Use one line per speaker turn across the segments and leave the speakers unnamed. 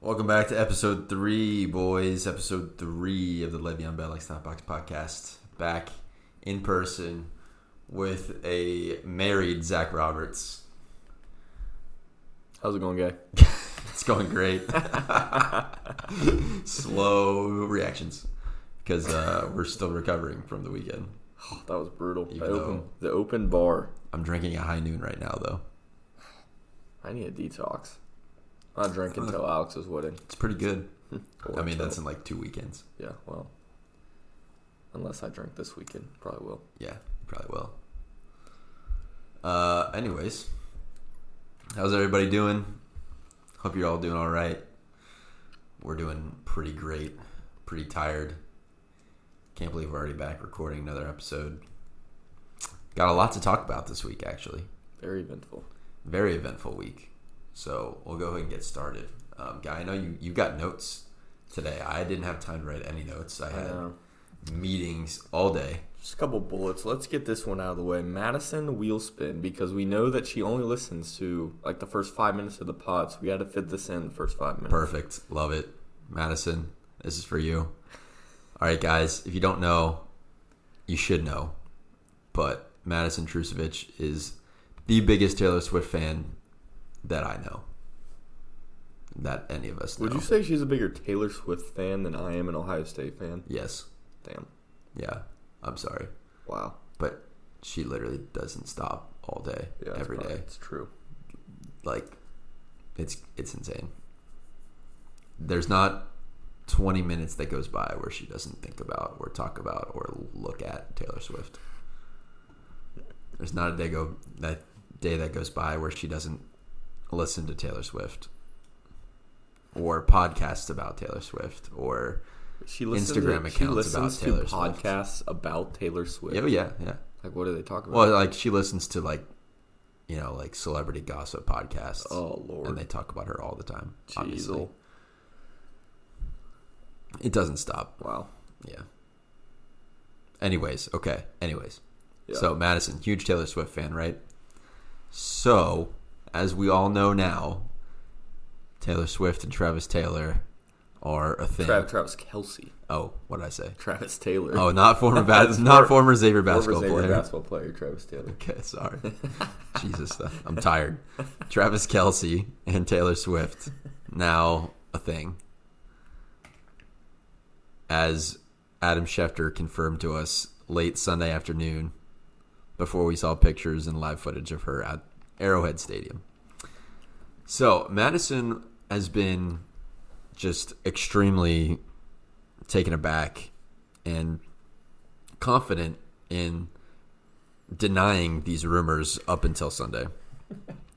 Welcome back to episode three, boys. Episode three of the Le'Veon Bell Like Box podcast. Back in person with a married Zach Roberts.
How's it going, guy?
It's going great. Slow reactions because uh, we're still recovering from the weekend.
that was brutal. The
Even
open,
though-
the open bar.
I'm drinking a high noon right now, though.
I need a detox. I drank until Alex's wedding.
It's pretty good.
Or
I mean,
until-
that's in like two weekends.
yeah. Well, unless I drink this weekend, probably will.
Yeah, probably will. Uh, anyways, how's everybody doing? Hope you're all doing all right. We're doing pretty great. Pretty tired. Can't believe we're already back recording another episode. Got a lot to talk about this week, actually.
Very eventful.
Very eventful week. So we'll go ahead and get started. Um, Guy, I know you, you got notes today. I didn't have time to write any notes. I
I
had
know.
meetings all day.
uh, Just a couple bullets. Let's get this one out of the way. Madison wheel spin because we know that she only listens to like the first five minutes of the pod, so we got to fit this in the first five minutes.
Perfect. Love it. Madison, this is for you. All right, guys, if you don't know, you should know. But Madison Trusevich is the biggest Taylor Swift fan that I know. That any of us know.
Would you say she's a bigger Taylor Swift fan than I am an Ohio State fan?
Yes.
Damn.
Yeah. I'm sorry.
Wow.
But she literally doesn't stop all day,
Yeah. it's
every day.
probably- It's true.
like it's it's insane. There's not 20 minutes that goes by where she doesn't think about or talk about or look at Taylor Swift. There's not a day go that day that goes by where she doesn't listen to Taylor Swift or podcasts about Taylor Swift or
She listens
Instagram
to, she
accounts
listens
about Taylor
to
Swift.
podcasts about Taylor Swift.
yeah yeah yeah.
Like, what do they talk about?
Well, like she listens to like you know like celebrity gossip podcasts
oh Lord,
and they talk about her all the time. Obviously,
Jeezel.
it doesn't stop.
Wow.
Yeah. Anyways, okay. Anyways.
Yeah.
So Madison, huge Taylor Swift fan, right? So, as we all know now, Taylor Swift and Travis Taylor are a thing.
Trav, Travis Kelsey,
oh, what did I say?
Travis Taylor.
Oh, not former bas- not former Xavier basketball
Former Xavier
player.
basketball player Travis Taylor.
Okay, sorry. Jesus, uh, I'm tired. Travis Kelsey and Taylor Swift now a thing. As Adam Schefter confirmed to us late Sunday afternoon, before we saw pictures and live footage of her at Arrowhead Stadium. So Madison has been just extremely taken aback and confident in denying these rumors up until Sunday,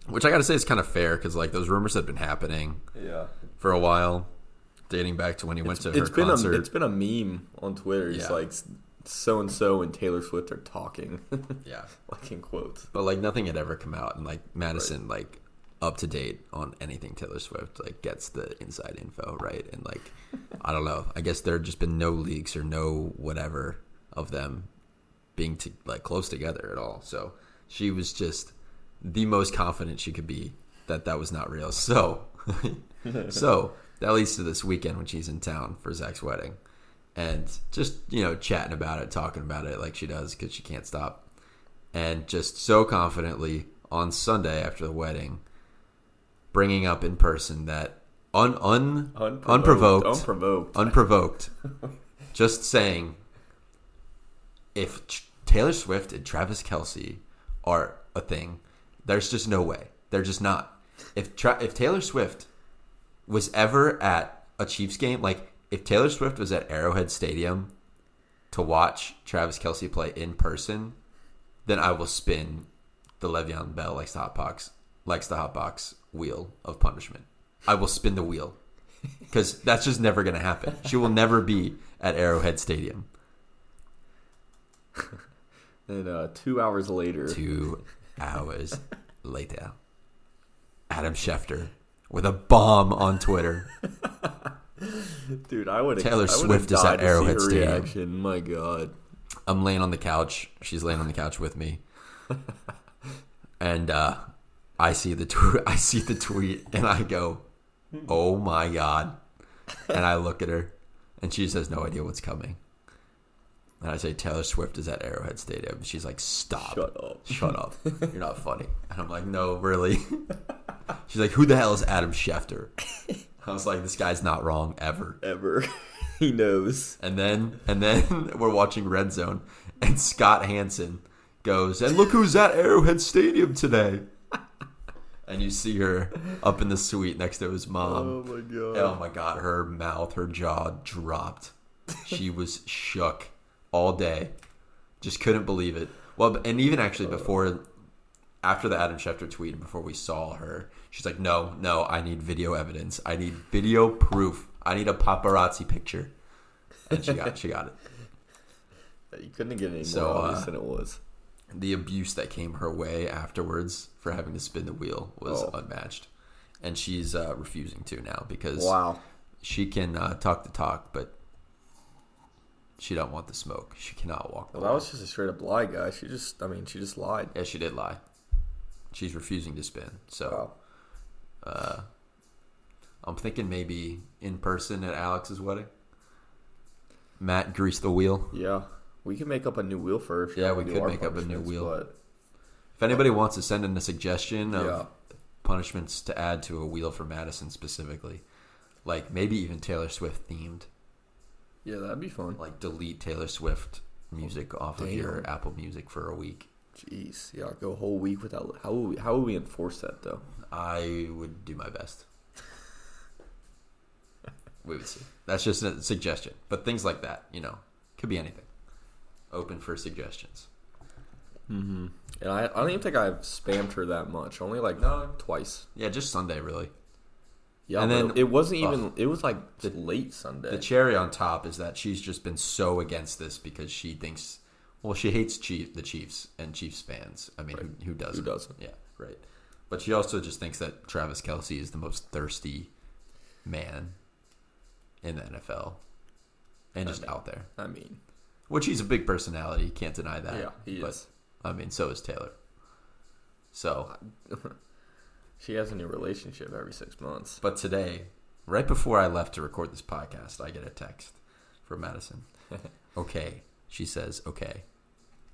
which I got to say is kind of fair because like those rumors had been happening
Yeah,
for a while, dating back to when he went to
it's
her
been
concert.
a it's been a meme on Twitter. It's
Yeah.
like so and so and Taylor Swift are talking,
yeah,
like in quotes.
but like nothing had ever come out, and like Madison like up to date on anything Taylor Swift like gets the inside info right, and like I don't know, I guess there had just been no leaks or no whatever of them being to, like close together at all. So she was just the most confident she could be that that was not real. So, so that leads to this weekend when she's in town for Zach's wedding, and just you know chatting about it, talking about it like she does because she can't stop, and just so confidently on Sunday after the wedding, bringing up in person that un un unprovoked
unprovoked.
unprovoked. Just saying, if Ch- Taylor Swift and Travis Kelsey are a thing, there's just no way. They're just not. If Tra- if Taylor Swift was ever at a Chiefs game, like if Taylor Swift was at Arrowhead Stadium to watch Travis Kelsey play in person, then I will spin the Le'Veon Bell likes the hot box likes the hot box wheel of punishment. I will spin the wheel because that's just never going to happen. She will never be at Arrowhead Stadium.
And uh, two hours later,
Two hours later, Adam Schefter with a bomb on Twitter.
dude, I would
Taylor
I would've
Swift is at
died to see
Arrowhead
her
Stadium.
Reaction. My God.
I'm laying on the couch. She's laying on the couch with me, and uh, I see the tw- I see the tweet, and I go, oh my god. And I look at her, and she just has no idea what's coming. And I say, Taylor Swift is at Arrowhead Stadium. She's like, stop.
Shut up.
Shut up. You're not funny. And I'm like, no, really. She's like, who the hell is Adam Schefter? I was like, this guy's not wrong ever.
Ever. he knows.
And then and then we're watching Red Zone, and Scott Hansen goes, and look who's at Arrowhead Stadium today. And you see her up in the suite next to his
Oh
mom.
my god.
Oh my god, her mouth, her jaw dropped. She was shook all day. Just couldn't believe it. Well, b- and even actually before, after the Adam Schefter tweet, and before we saw her, she's like, "No, no, I need video evidence. I need video proof. I need a paparazzi picture." And she got, she got it.
You couldn't get any more
So, uh,
obvious than it was.
The abuse that came her way afterwards for having to spin the wheel was
Oh.
unmatched, and she's uh, refusing to now because
Wow.
she can uh, talk the talk, but she don't want the smoke. She cannot walk the
Well, that
line.
was just a straight up lie, guy. She just, I mean, she just lied.
yeah, she did lie. She's refusing to spin. So
Wow.
uh, I'm thinking maybe in person at Alex's wedding. Matt greased the wheel.
Yeah. We could make up a new wheel first.
Yeah, we could make up a new wheel. If anybody wants to send in a suggestion of
Yeah.
punishments to add to a wheel for Madison specifically, like maybe even Taylor Swift themed,
Yeah, that'd be fun.
like delete Taylor Swift music off of
Damn.
your Apple Music for a week.
Jeez. Yeah, go a whole week without. How would we, how would we enforce that though?
I would do my best. we would see. That's just a suggestion. But things like that, you know, could be anything. Open for suggestions.
Mm-hmm. And I, I don't even think I've spammed her that much. Only like
No.
twice.
Yeah, just Sunday, really.
Yeah,
And
and then
then-
it wasn't
ugh.
even. It was like late Sunday.
The cherry on top is that she's just been so against this because she thinks, well, she hates Chief, the Chiefs and Chiefs fans. I mean, who, who doesn't?
doesn't?
Yeah, right. But she also just thinks that Travis Kelsey is the most thirsty man in the NFL and just out there.
I mean,
Which he's a big personality, you can't deny that.
yeah, he
Uh, but,
is. Uh,
I mean, so is Taylor. So,
She has a new relationship every six months.
but today, right before I left to record this podcast, I get a text from Madison. okay, she says, okay,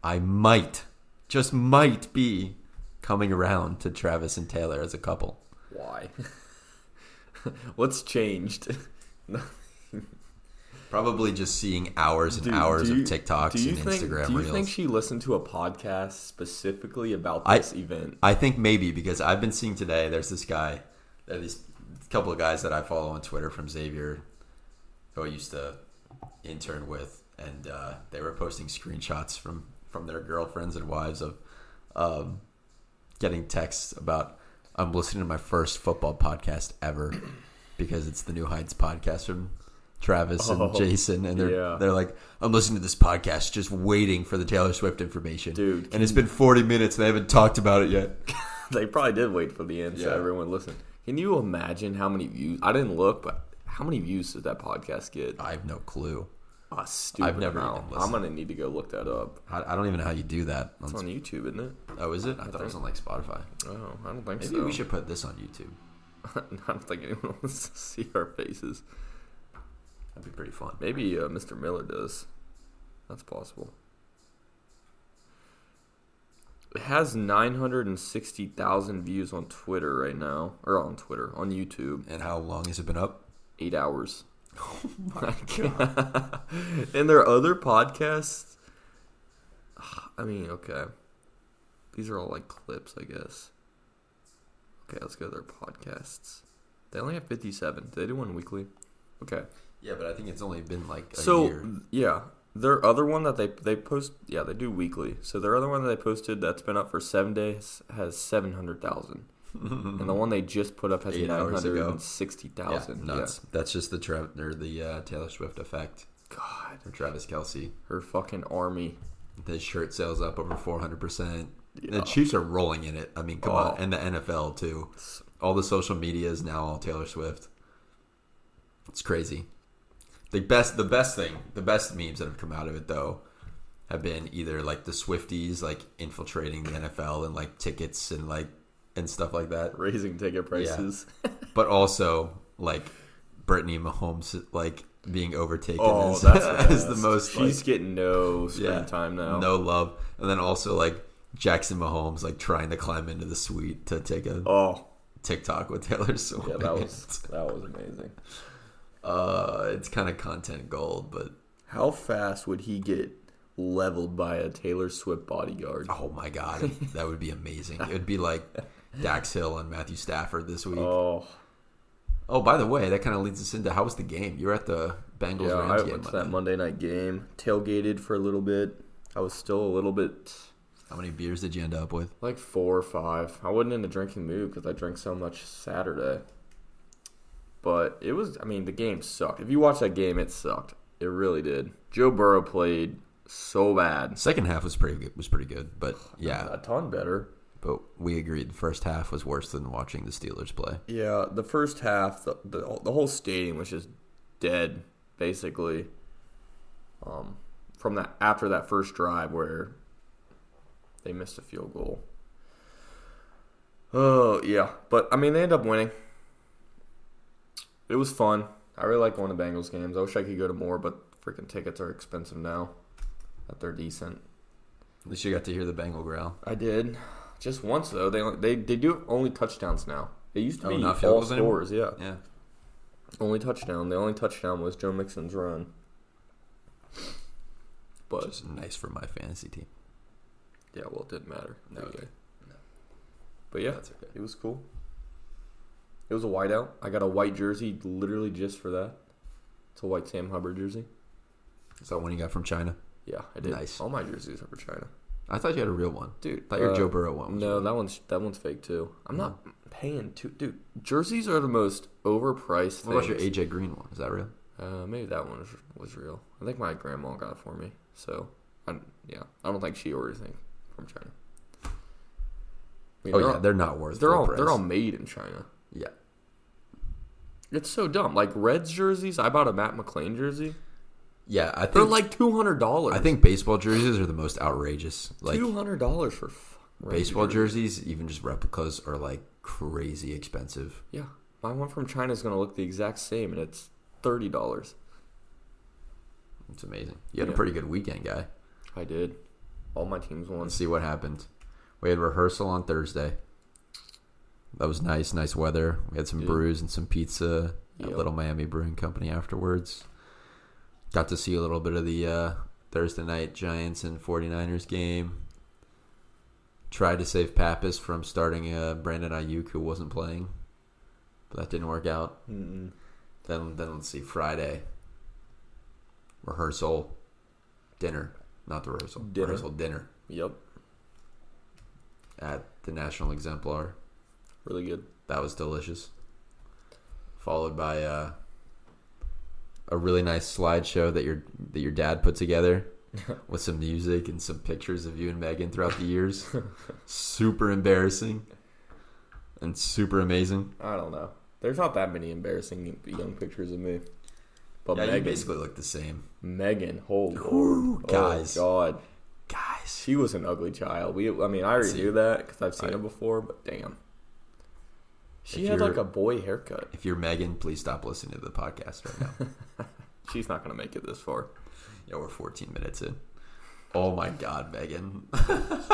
I might, just might be coming around to Travis and Taylor as a couple.
Why? What's changed?
Probably just seeing hours and
Dude,
hours
do you-
of TikToks
do you
and
think,
Instagram
Do you
reels.
think she listened to a podcast specifically about
I-
this event?
I think maybe because I've been seeing today. There's this guy, there are these couple of guys that I follow on Twitter from Xavier, who I used to intern with, and uh, they were posting screenshots from from their girlfriends and wives of um, getting texts about I'm listening to my first football podcast ever because it's the New Heights podcast from Travis and
Oh,
Jason, and they're
yeah.
they're like I'm listening to this podcast just waiting for the Taylor Swift information,
Dude,
and it's been 40 minutes and they haven't talked about it yet.
They probably did wait for the end so
Yeah.
everyone listened. Can you imagine how many views? I didn't look, but how many views did that podcast get?
I have no clue.
A stupid
I've never
amount.
even
I'm
listened.
gonna need to go look that up.
I, I don't even know how you do that. on
It's on
Sp-
YouTube, isn't it?
oh, is it? I thought it was on like Spotify.
Oh, I don't think
Maybe
so.
we should put this on YouTube.
I don't think anyone wants to see our faces.
That'd be pretty fun.
Maybe uh, Mr. Miller does. That's possible. It has 960,000 views on Twitter right now, or on Twitter, on YouTube.
And how long has it been up?
Eight hours. and there are other podcasts. I mean, okay. These are all like clips, I guess. Okay, let's go to their podcasts. They only have 57. Do they do one weekly? Okay.
Yeah, but I think it's only been like a
so
year.
th- yeah their other one that they they post yeah they do weekly so their other one that they posted that's been up for seven days has 700000 and the one they just put up has
Eight hours ago.
960000 yeah,
nuts. That's just the Tra- or the uh, Taylor Swift effect
god
from Travis Kelsey.
her fucking army
The shirt sales up over 400%. The
Yeah.
Chiefs are rolling in it. I mean, come
Oh.
on. And the NFL, too. All the social media is now all Taylor Swift. It's crazy. The best, the best thing, the best memes that have come out of it though, have been either like the Swifties like infiltrating the NFL and like tickets and like and stuff like that,
raising ticket prices
but also like Brittany Mahomes like being overtaken
Oh,
as,
that's
as the
best.
most like,
She's getting no screen
Yeah.
time now.
no love, and then also like Jackson Mahomes like trying to climb into the suite to take a
Oh,
TikTok with Taylor Swift.
yeah, that was that was amazing.
uh, it's kind of content gold, but
How fast would he get leveled by a Taylor Swift bodyguard?
oh my god, that would be amazing. It would be like Dax Hill and Matthew Stafford this week.
Oh,
Oh, by the way, that kind of leads us into how was the game? You were at the Bengals
yeah, I
Rams game.
went to that
Monday.
Monday night game, tailgated for a little bit. I was still a little bit
How many beers did you end up with?
like four or five. I wasn't in a drinking mood because I drank so much Saturday. But it was, I mean, the game sucked. If you watch that game, it sucked. It really did. Joe Burrow played so bad.
Second half was pretty good, was pretty good, but yeah,
A ton better.
but we agreed the first half was worse than watching the Steelers play.
Yeah, the first half, the the, the whole stadium was just dead, basically. Um, from that after that first drive where they missed a field goal. Oh yeah, but I mean they end up winning. It was fun. I really like going to Bengals games. I wish I could go to more, but freaking tickets are expensive now. That they're decent.
At least you got to hear the Bengal growl.
I did. Just once though. They they they do only touchdowns now. It used to
Oh,
be
not field
all
goals anymore?
scores. Yeah.
Yeah,
Only touchdown. The only touchdown was Joe Mixon's run.
which
But
is nice for my fantasy team.
yeah, well, it didn't matter.
No, it didn't. No.
But yeah,
That's okay.
it was cool. It was a whiteout. I got a white jersey literally just for that. It's a white Sam Hubbard jersey.
Is that one you got from China?
Yeah, I did.
Nice.
All my jerseys are for China,
I thought you had a real one.
dude.
thought your
uh,
Joe Burrow one. Was
No, that one's that one's fake too. I'm
No.
not paying too, dude. Jerseys are the most overpriced.
What about your
things.
AJ Green one? Is that real?
Uh, maybe that one was, was real. I think my grandma got it for me. So, I, yeah, I don't think she orders anything from China. I mean,
Oh
they're
yeah,
all-
they're not worth.
they're
full
all
price.
they're all made in China.
yeah.
It's so dumb. Like Reds jerseys, I bought a Matt McClain jersey.
Yeah, I think
They're like two hundred dollars.
I think baseball jerseys are the most outrageous. Like
two hundred dollars for f- Reds
baseball
jersey.
jerseys, even just replicas, are like crazy expensive.
Yeah, my one from China is gonna look the exact same, and it's thirty dollars.
It's amazing. You had a
Yeah.
pretty good weekend, guy.
I did. All my teams won.
Let's see what happened. We had rehearsal on Thursday. That was nice, nice weather. We had some
Yeah.
brews and some pizza at
Yeah.
Little Miami Brewing Company afterwards. Got to see a little bit of the uh, Thursday night Giants and 49ers game. Tried to save Pappas from starting uh, Brandon Ayuk, who wasn't playing, but that didn't work out.
Mm-mm.
Then then let's see Friday. Rehearsal, dinner, not the rehearsal.
Dinner.
Rehearsal dinner
Yep,
at the National Exemplar.
really good.
That was delicious. Followed by uh, a really nice slideshow that your that your dad put together with some music and some pictures of you and Megan throughout the years. super embarrassing and super amazing.
I don't know. There's not that many embarrassing young pictures of me. But
yeah, you
Megan,
basically look the same,
Megan, holy
Ooh,
Lord.
guys.
oh God,
guys.
she was an ugly child. We, I mean, I already
See.
knew that because I've seen
I-
her before. But damn, she
If
had like
you're-
a boy haircut.
If you're Megan, please stop listening to the podcast right now.
She's not gonna make it this far.
Yeah, we're 14 minutes in. Oh my God, Megan.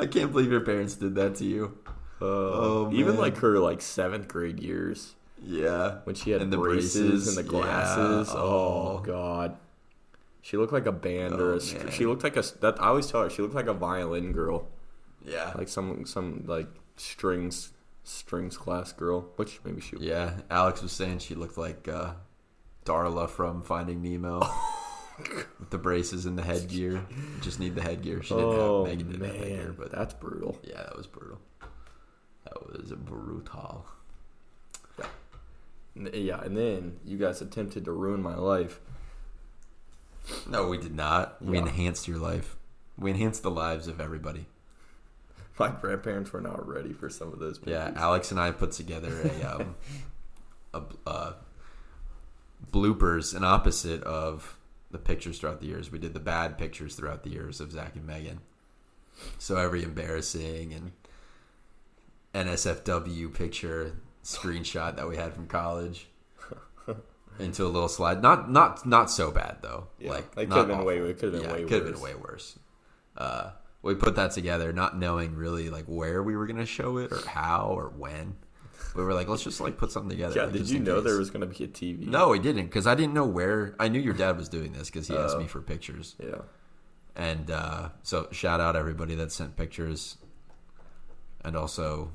I can't believe your parents did that to you. Oh,
Uh, even
man.
like her like seventh grade years
Yeah.
when she had
And the
braces,
braces,
and the glasses.
yeah.
Oh
Oh.
God, she looked like a band or
Oh,
a, str-
man.
she looked like a. That I always tell her she looked like a violin girl.
Yeah.
like some some like strings strings class girl, which maybe she.
yeah. Alex was saying she looked like uh, Darla from Finding Nemo with the braces and the headgear. Just need the headgear. She didn't
oh
have Megan didn't have headgear,
man,
but
that's brutal.
yeah, that was brutal. That was brutal.
N- Yeah, and then you guys attempted to ruin my life.
No, we did not. We
Yeah.
enhanced your life. We enhanced the lives of everybody.
My grandparents were not ready for some of those.
Yeah,
pictures.
Alex and I put together a um, a uh, bloopers, an opposite of the pictures throughout the years. We did the bad pictures throughout the years of Zach and Megan. So every embarrassing and NSFW picture screenshot that we had from college into a little slide. Not not not so bad though.
Yeah,
like
it could
not
have been
awful.
way- it could have been way
it could have been
worse.
way worse. Uh, we put that together, not knowing really like where we were gonna show it or how or when. We were like, let's just like put something together.
Yeah,
like,
did
just
you
in
know
case.
there was going to be a TV?
No, I didn't because I didn't know where. I knew your dad was doing this because he asked
Oh.
me for pictures,
Yeah.
and uh, so shout out everybody that sent pictures, and also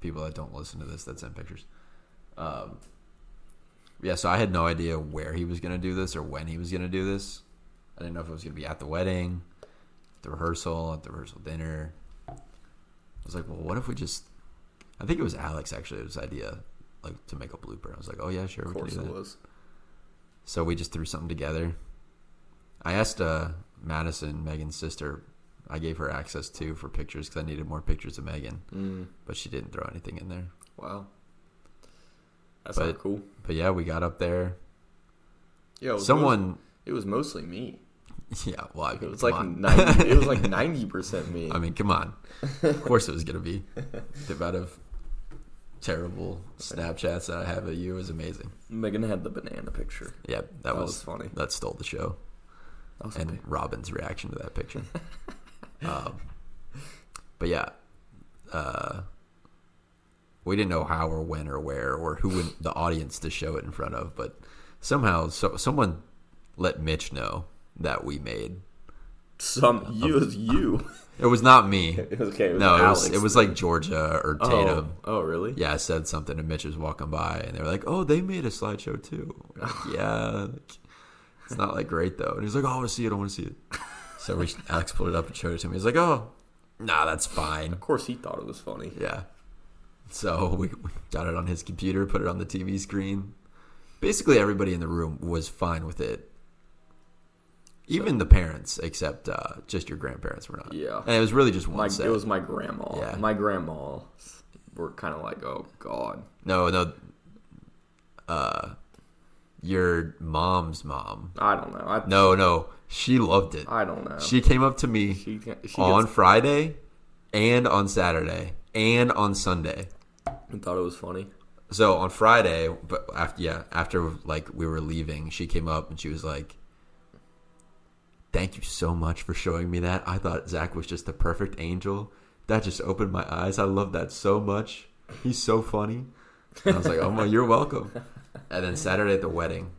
people that don't listen to this that sent pictures. Um, yeah, so I had no idea where he was going to do this or when he was going to do this. I didn't know if it was going to be at the wedding, the rehearsal, at the rehearsal dinner. I was like, well, what if we just? I think it was Alex actually whose idea, like to make a blooper. I was like, oh yeah, sure,
Of
we can
course
do
it
that.
was.
So we just threw something together. I asked uh, Madison, Megan's sister. I gave her access too for pictures because I needed more pictures of Megan,
Mm,
but she didn't throw anything in there.
Wow.
that's
But-
not cool.
But yeah, we got up there.
Yeah, it was
Someone,
mos- it was mostly me.
yeah, well, I mean,
It was
come
like
on.
ninety. It was like ninety percent me.
I mean, come on. Of course, it was gonna be the amount of terrible Snapchats that I have of you is amazing.
Megan had the banana picture.
Yeah, that,
That, was,
was,
funny.
that stole the show,
That was
and
funny.
Robin's reaction to that picture. um, but yeah, uh, we didn't know how or when or where or who in the audience to show it in front of, but somehow, so someone let Mitch know that we made.
Some you it was you.
It was not me.
It was okay. It was
um, no, it
Alex.
was, it was like Georgia or
oh,
Tatum.
Oh, really?
yeah, I said something and Mitch was walking by and they were like, Oh, they made a slideshow too. We're like, yeah. like, it's not like great though. And he's like, Oh, I wanna see it, I wanna see it. So we Alex pulled it up and showed it to me. He's like, Oh, nah, that's fine.
Of course, he thought it was funny.
Yeah. So we, we got it on his computer, put it on the TV screen. Basically everybody in the room was fine with it. Even the parents, except uh, just your grandparents were not.
Yeah.
And it was really just one
My,
set.
it was my grandma.
Yeah.
My grandma were kind of like, oh god.
No, no. Uh, your mom's mom.
I don't know. I
No, no. She loved it.
I don't know.
She came up to me
Uh, she, she
on
gets-
Friday and on Saturday and on Sunday.
thought it was funny.
So on Friday, but after yeah, after like we were leaving, she came up and she was like, "Thank you so much for showing me that. I thought Zach was just the perfect angel. That just opened my eyes. I love that so much. He's so funny." And I was like, "Oh my, you're welcome." And then Saturday at the wedding,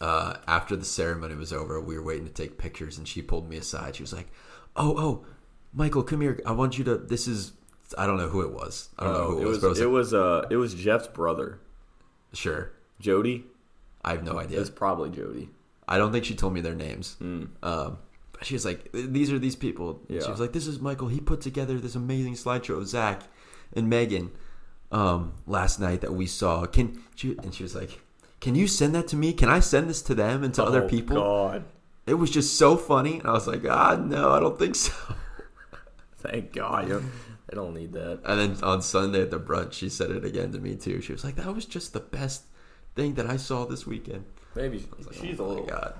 uh, after the ceremony was over, we were waiting to take pictures, and she pulled me aside. She was like, "Oh, oh, Michael, come here. I want you to. This is." I don't know who it was. I don't know
Oh,
who it,
it
was, but it was
it
like,
was uh it was Jeff's brother,
Sure.
Jody.
I have no
It
idea.
was probably Jody.
I don't think she told me their names. Um, but she was like, these are these people.
Yeah.
She was like, this is Michael. He put together this amazing slideshow of Zach and Megan um, last night that we saw. Can she, And she was like, can you send that to me? Can I send this to them and to other
Oh,
people?
God.
It was just so funny. And I was like, ah, no, I don't think so.
Thank God. you don't- They don't need that.
And then on Sunday at the brunch, she said it again to me too. She was like, that was just the best thing that I saw this weekend.
Maybe
I was like,
she's
oh
a
my
little
God.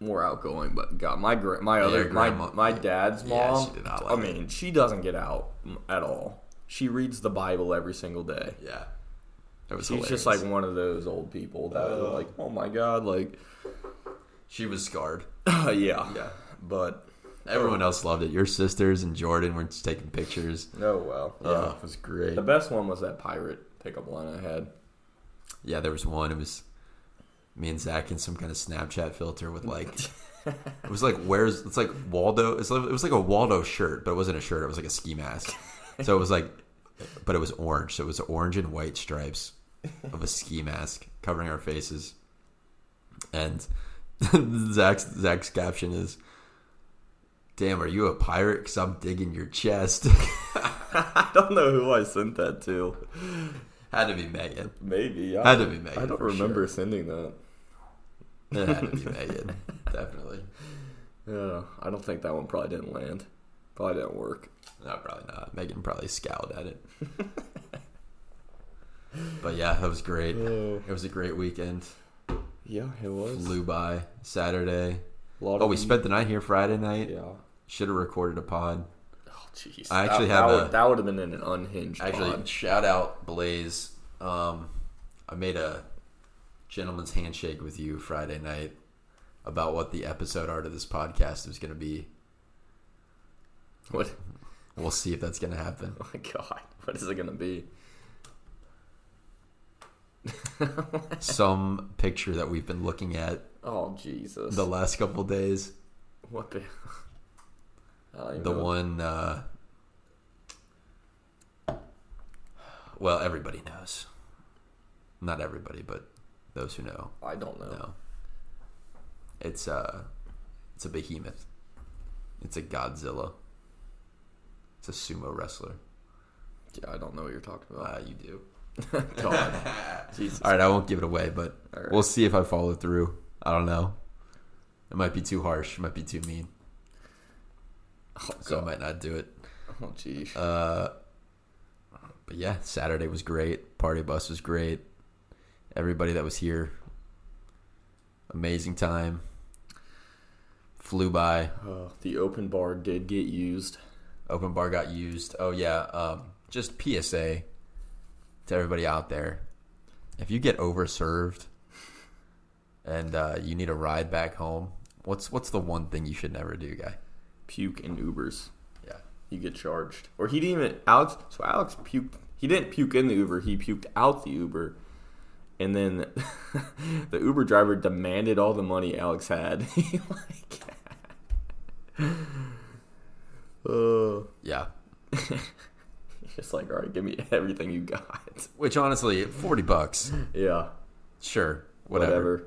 more outgoing, but God, my gra- my
Yeah,
other
your grandma-
my my dad's mom.
Yeah, she did not like
I mean, she doesn't get out m- at all. She reads the Bible every single day.
Yeah. It was
She's just like
hilarious. Uh,
one of those old people that are like, oh my God, like,
she was scarred.
yeah.
Yeah.
But
Everyone else loved it. Your sisters and Jordan were just taking pictures.
oh well, yeah.
Oh, it was great.
The best one was that pirate pickup line I had.
Yeah, there was one. It was me and Zach in some kind of Snapchat filter with like, it was like where's it's like Waldo. It's like, it was like a Waldo shirt, but it wasn't a shirt. It was like a ski mask. So it was like, but it was orange. So it was orange and white stripes of a ski mask covering our faces. And Zach's Zach's caption is, "Damn, are you a pirate? Cause I'm digging your chest."
I don't know who I sent that to.
Had to be Megan.
Maybe I,
Had to be Megan.
I don't
for
remember sending that.
Sure. It had to be Megan. Definitely.
Yeah, I don't think that one probably didn't land. Probably didn't work.
No, probably not. Megan probably scowled at it. but yeah, that was great.
Oh.
It was a great weekend.
Yeah, it was.
Flew by Saturday.
A lot
Oh, we
of-
spent the night here Friday night.
Yeah.
Should have recorded a pod.
Oh, jeez.
I actually
that,
have
that
a-
would, that would have been an unhinged.
Actually,
pod.
shout out Blaze. Um, I made a gentleman's handshake with you Friday night about what the episode art of this podcast was going to be.
what?
We'll see if that's going to happen.
Oh my god, what is it gonna be?
Some picture that we've been looking at
Oh Jesus!
the last couple days.
what the? I don't even
The
know.
one. Uh, well, everybody knows. Not everybody, but those who know
I don't know.
know. It's uh it's a behemoth. It's a Godzilla. It's a sumo wrestler.
Yeah, I don't know what you're talking about.
Uh, you do.
God, Uh, Jesus.
All right, I won't give it away, but
All right.
we'll see if I follow through. I don't know. It might be too harsh. It might be too mean.
Oh,
So I
God.
might not do it.
oh geez.
Uh, but yeah, Saturday was great. Party bus was great. Everybody that was here, amazing time. Flew by.
Oh, the open bar did get used.
open bar got used. Oh yeah, um, just PSA to everybody out there: if you get overserved and uh, you need a ride back home, what's what's the one thing you should never do, guy?
Puke in Ubers.
Yeah,
You get charged. Or he didn't even Alex. So Alex puked. He didn't puke in the Uber. He puked out the Uber. And then the Uber driver demanded all the money Alex had. He, like, oh,
yeah.
just like all right, give me everything you got.
Which honestly, forty bucks,
Yeah,
sure,
whatever.
whatever.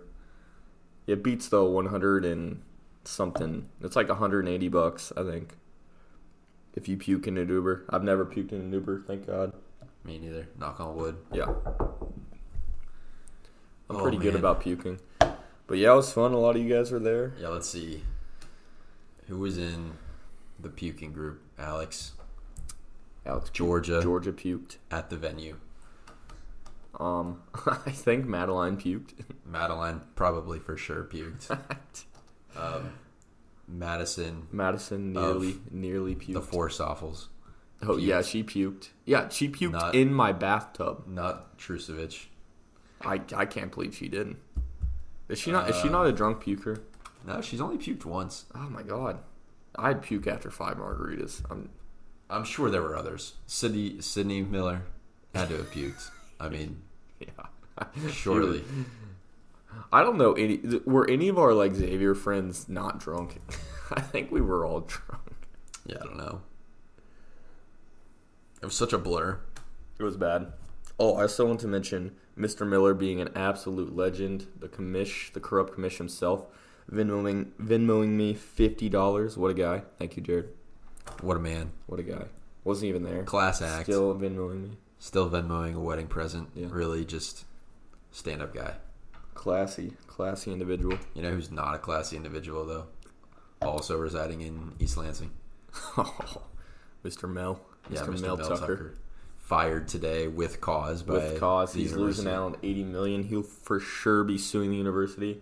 It beats the one hundred and something. It's like hundred and eighty bucks, I think. If you puke in an Uber, I've never puked in an Uber. Thank God.
Me neither. Knock on wood.
Yeah. I'm
Oh,
pretty good
man.
about puking. But yeah, it was fun. A lot of you guys were there.
Yeah, let's see. Who was in the puking group? Alex,
Alex puked.
Georgia,
Georgia puked.
at the venue.
Um, I think Madeline puked.
Madeline probably for sure puked. um, Madison,
Madison nearly nearly puked.
the force offals,
oh yeah, she puked. Yeah, she puked
Not-
in my bathtub.
not Trusevich.
I I can't believe she didn't. Is she not? is
Uh,
she not a drunk puker?
No, she's only puked once.
Oh my god, I'd puke after five margaritas. I'm
I'm sure there were others. Sydney Sydney Miller had to have puked. I mean,
yeah.
surely.
I don't know any. Were any of our like Xavier friends not drunk? I think we were all drunk.
Yeah, I don't know. It was such a blur.
It was bad. Oh, I also want to mention Mr. Miller being an absolute legend. The commish, the corrupt commish himself, Venmoing, Venmoing me fifty dollars. What a guy! Thank you, Jared.
What a man.
What a guy. Wasn't even there.
Class act. Still,
Still Venmoing me.
Venmoing a wedding present.
Yeah.
Really just stand up guy.
Classy, classy individual.
You know who's not a classy individual though? Also residing in East Lansing.
Mr. Oh, Mel.
Yeah,
Mr. Mel, Tucker.
Fired today with cause by
with cause.
the
He's losing
university.
out on eighty million. He'll for sure be suing the university.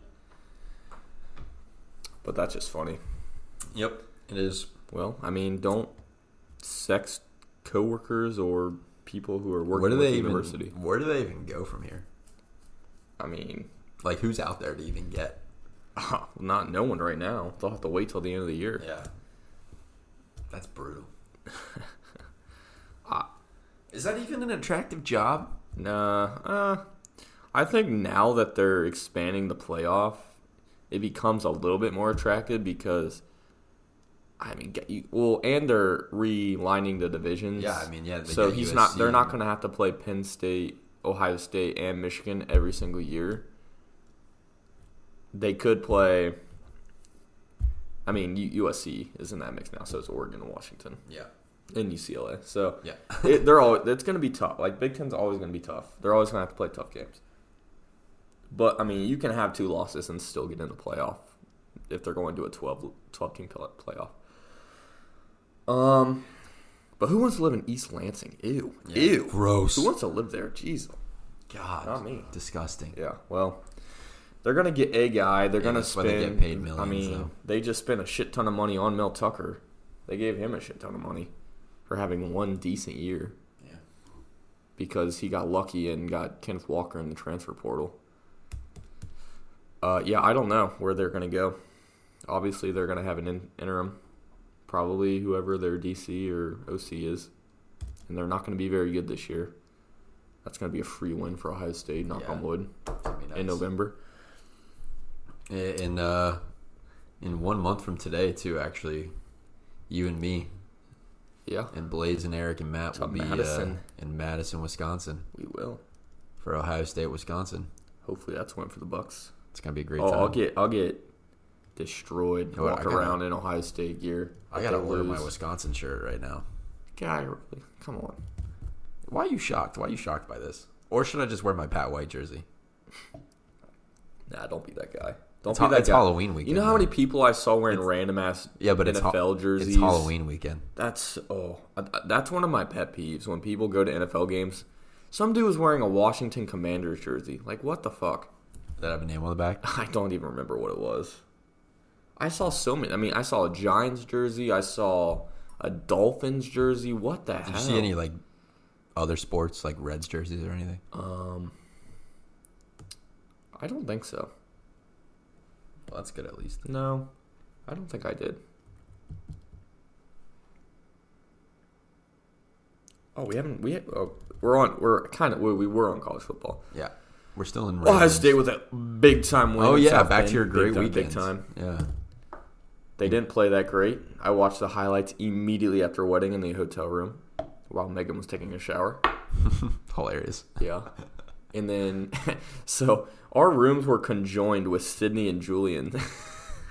But that's just funny.
Yep, it is.
Well, I mean, don't sex coworkers or people who are working
Where do
with
they
the
even?
university.
Where do they even go from here?
I mean,
Like, who's out there to even get?
not no one right now. They'll have to wait till the end of the year.
Yeah, that's brutal.
Ah.
is that even an attractive job?
Nah, uh, I think now that they're expanding the playoff, it becomes a little bit more attractive because, I mean, get you, well, and they're relining the divisions.
Yeah, I mean, yeah, they
So
get
he's
USC.
not. They're not going to have to play Penn State, Ohio State, and Michigan every single year. They could play. I mean, U- USC is in that mix now, so it's Oregon and Washington
Yeah,
and UCLA. So
yeah.
it, they're all it's going to be tough. Like Big Ten's always going to be tough. They're always going to have to play tough games. But I mean, you can have two losses and still get in the playoff if they're going to a 12, 12 team play- playoff. Um, but who wants to live in East Lansing? Ew,
Yeah.
ew,
Gross.
Who wants to live there? Jeez,
God,
Not me.
Disgusting.
yeah. Well, they're going to get a guy. They're
Yeah,
going to
that's why they get
spend.
paid
I
millions,
mean,
though.
they just spent a shit ton of money on Mel Tucker. They gave him a shit ton of money. for having one decent year
Yeah.
because he got lucky and got Kenneth Walker in the transfer portal. Uh, yeah, I don't know where they're going to go. Obviously, they're going to have an in- interim, probably whoever their DC or OC is, and they're not going to be very good this year. That's going to be a free win for Ohio State, knock
Yeah.
on wood,
That'd be nice.
in November.
I- In uh, in one month from today, too. Actually, you and me
Yeah,
and Blaze and Eric and Matt
To
will be uh,
Madison.
in Madison, Wisconsin,
we will.
for Ohio State, Wisconsin.
Hopefully, that's one for the Bucks.
It's gonna be a great
Oh,
time.
I'll get I'll get destroyed.
You know what, I
walk
gotta-
around in Ohio State gear.
I gotta order my Wisconsin shirt right now.
guy. Come on,
Why are you shocked? Why are you shocked by this? Or should I just wear my Pat White jersey?
nah, don't be that guy. Don't
It's,
be
ha-
that
it's
guy.
Halloween weekend.
You know how many
though.
people I saw wearing random ass
Yeah, but it's ha-
NFL jerseys.
It's Halloween weekend.
That's oh, I- I- that's one of my pet peeves when people go to NFL games. Some dude was wearing a Washington Commanders jersey. Like what the fuck?
Did I have a name on the back?
I don't even remember what it was. I saw so many. I mean, I saw a Giants jersey. I saw a Dolphins jersey. What the
Did
hell?
you see any like other sports like Reds jerseys or anything?
Um, I don't think so.
Well, that's good at least.
No, I don't think I did. Oh, we haven't. We oh, we're on. We're kind of. We, we were on college football.
Yeah, we're still in.
Ohio
Ravens.
State with a big time win.
Oh
in
yeah,
South
back
Bend.
to your great
big time,
weekends.
Big time.
Yeah,
They didn't play that great. I watched the highlights immediately after wedding in the hotel room, while Megan was taking a shower.
hilarious.
Yeah. And then, so our rooms were conjoined with Sydney and Julian.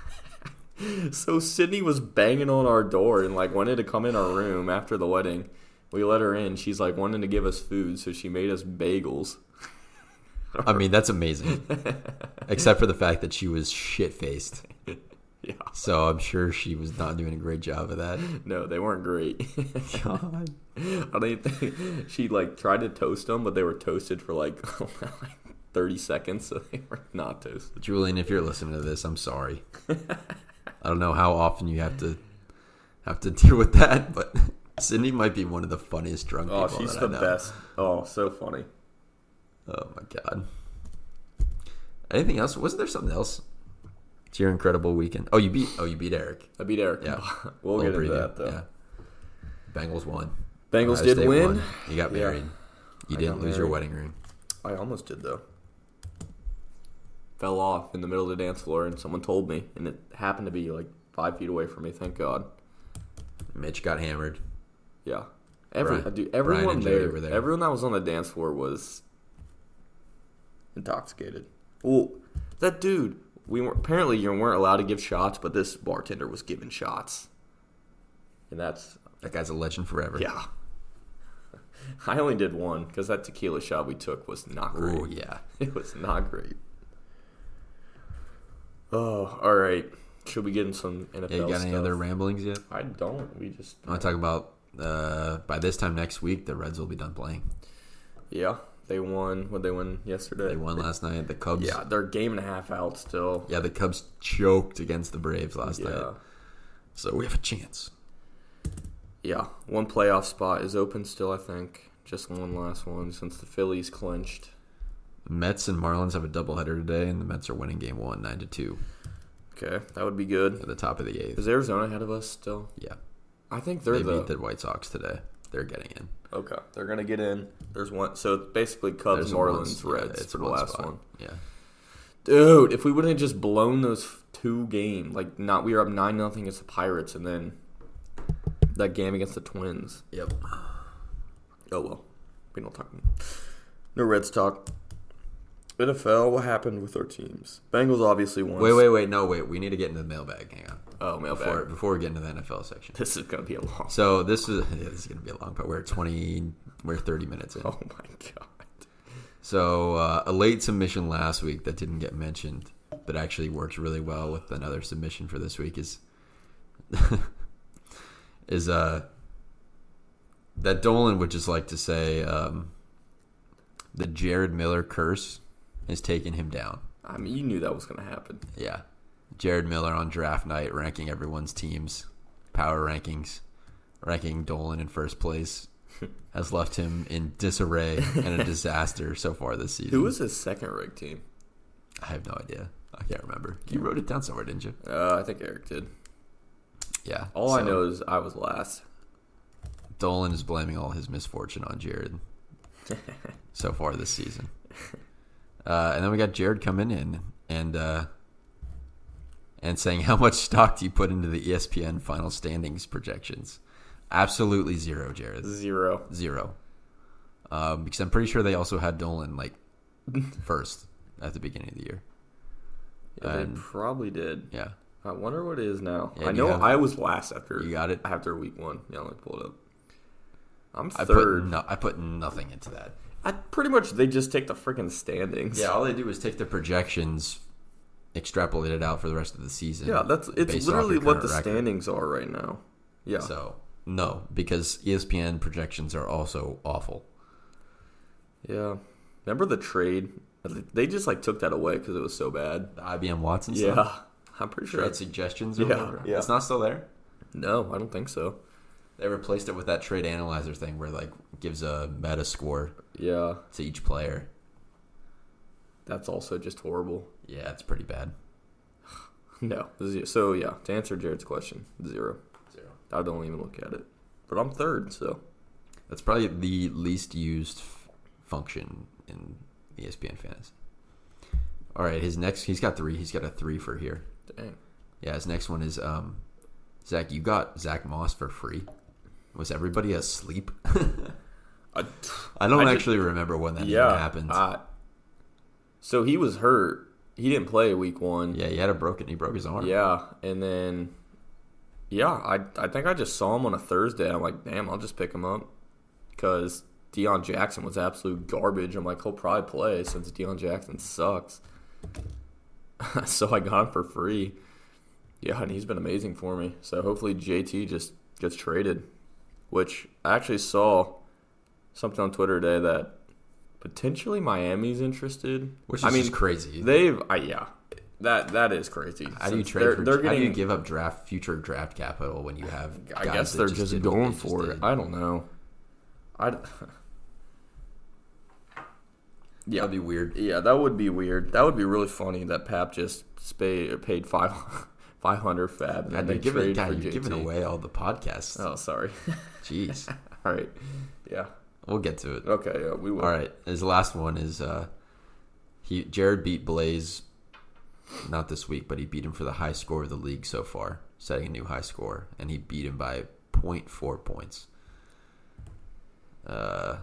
so Sydney was banging on our door and like wanted to come in our room after the wedding. We let her in. She's like wanting to give us food, so she made us bagels.
I mean, that's amazing. Except for the fact that she was shit faced.
Yeah.
So I'm sure she was not doing a great job of that.
No, they weren't great.
God.
I don't think she like tried to toast them, but they were toasted for like 30 seconds, so they were not toasted.
Julian, if you're listening to this, I'm sorry. I don't know how often you have to have to deal with that, but Sydney might be one of the funniest drunk
Oh,
people
she's
that
the
I know.
best. Oh, so funny.
Oh my god. Anything else? Wasn't there something else? It's your incredible weekend. Oh, you beat. Oh, you beat Eric.
I beat Eric.
Yeah.
we'll get
Little
into
preview.
that though.
Bengals won.
Bengals
Ohio
did
State
win.
won. You got
Yeah.
married. You
I
didn't
got
lose your
married.
wedding ring.
I almost did though. Fell off in the middle of the dance floor, and someone told me, and it happened to be like five feet away from me. Thank God.
Mitch got hammered.
Yeah. Every
Brian-
dude,
Brian
everyone
and Jody
there,
were there.
everyone that was on the dance floor was intoxicated. Well, that dude. We were apparently you weren't allowed to give shots, but this bartender was giving shots, and that's
That guy's a legend forever.
yeah. I only did one because that tequila shot we took was not great.
Oh yeah.
It was not great. Oh, all right. Should we get in some NFL
Yeah. You got
stuff?
any other ramblings yet?
I don't. We just
I want to talk about uh, by this time next week the Reds will be done playing.
yeah. They won. What they win yesterday?
They won last night. The Cubs.
Yeah, they're game and a half out still.
Yeah, the Cubs choked against the Braves last
Yeah,
night. So we have a chance.
yeah. One playoff spot is open still. I think just one last one since the Phillies clinched.
Mets and Marlins have a doubleheader today, and the Mets are winning game one, nine to two,
Okay, that would be good.
at the top of the eighth.
Is Arizona ahead of us still?
Yeah,
I think
they
they're the,
beat the White Sox today. They're getting in.
okay. They're gonna get in. There's one. So it's basically Cubs,
There's a one-
Marlins,
yeah,
Reds
it's
for
a
the last
spot.
one.
Yeah,
Dude, if we wouldn't have just blown those f- two game, like not we were up nine nothing against the Pirates, and then that game against the Twins.
yep.
Oh well, we don't talk. No Reds talk. NFL, what happened with our teams? Bengals obviously won.
Wait, wait, wait. No, wait. We need to get into the mailbag. Hang on.
Oh, mailbag.
Before before we get into the NFL section.
This is gonna be a loss.
So this is yeah, this is gonna be a long part. We're twenty. We're thirty minutes in.
Oh my god.
So uh, a late submission last week that didn't get mentioned, but actually worked really well with another submission for this week is is uh that Dolan would just like to say um, the Jared Miller curse has taken him down.
I mean, you knew that was gonna happen.
Yeah, Jared Miller on draft night ranking everyone's teams, power rankings, ranking Dolan in first place has left him in disarray and a disaster so far this season.
Who was his second rig team?
I have no idea. I can't remember. You wrote it down somewhere, didn't you?
Uh, I think Eric did.
Yeah.
All I
so
know is I was last.
Dolan is blaming all his misfortune on Jared so far this season. Uh, and then we got Jared coming in and uh, and saying how much stock do you put into the E ESPN final standings projections? Absolutely zero, Jared.
Zero.
Zero. Um, because I'm pretty sure they also had Dolan like first at the beginning of the year.
Yeah, they
And-
probably did.
Yeah.
I wonder what it is now.
Yeah,
I
do you
know
have-
I was last after
You got it?
after week one. Yeah, let me pull it up. I'm
I
third.
put no, I put nothing into that.
I pretty much they just take the freaking standings.
Yeah, all they do is take the projections, extrapolate it out for the rest of the season.
Yeah, that's it's
based off
literally
your
what
current
the
record.
standings are right now. Yeah.
So no, because E ESPN projections are also awful.
Yeah. Remember the trade? They just like took that away because it was so bad.
The IBM Watson stuff,
Yeah. I'm pretty sure.
trade
It's,
suggestions or
Yeah,
whatever.
yeah.
It's not still there.
no, I don't think so.
They replaced it with that trade analyzer thing where like gives a meta score
Yeah.
to each player.
That's also just horrible.
Yeah, it's pretty bad.
No. ze- So yeah, to answer Jared's question, zero.
Zero.
I don't even look at it. But I'm third, so
That's probably the least used f- function in E ESPN fantasy. All right, his next he's got three. He's got a three for here.
dang.
Yeah, his next one is um, Zach. You got Zach Moss for free. Was everybody asleep?
I,
I don't
I just-
actually remember when that
yeah. uh,
even happened.
I- so he was hurt. He didn't play week one.
yeah, he had a broken. He broke his arm.
Yeah, and then yeah, I I think I just saw him on a Thursday. I'm like, damn, I'll just pick him up because Deion Jackson was absolute garbage. I'm like, he'll probably play since Deion Jackson sucks. so I got him for free. Yeah, and he's been amazing for me. So hopefully JT just gets traded, which I actually saw something on Twitter today that potentially Miami's interested.
which is
I mean,
just crazy.
They've, I yeah, that that is crazy.
how do you
Since
trade?
They're,
for,
they're
how do
getting.
you give up draft future draft capital when you have?
I
guys
guess
that
they're just,
did what
going
they just
for it.
did?
I don't know. I. d- Yeah,
That'd be weird.
yeah, that would be weird. That would be really funny that Pap just spay, paid five five hundred fab. and
God,
they
you're giving,
trade
God,
for
you're giving
JT.
away all the podcasts.
Oh, sorry.
Jeez,
All right. Yeah.
we'll get to it.
Okay. Yeah, we will.
All right, his last one is uh, he Jared beat Blaze, not this week, but he beat him for the high score of the league so far, setting a new high score, and he beat him by 0.4 points. Uh,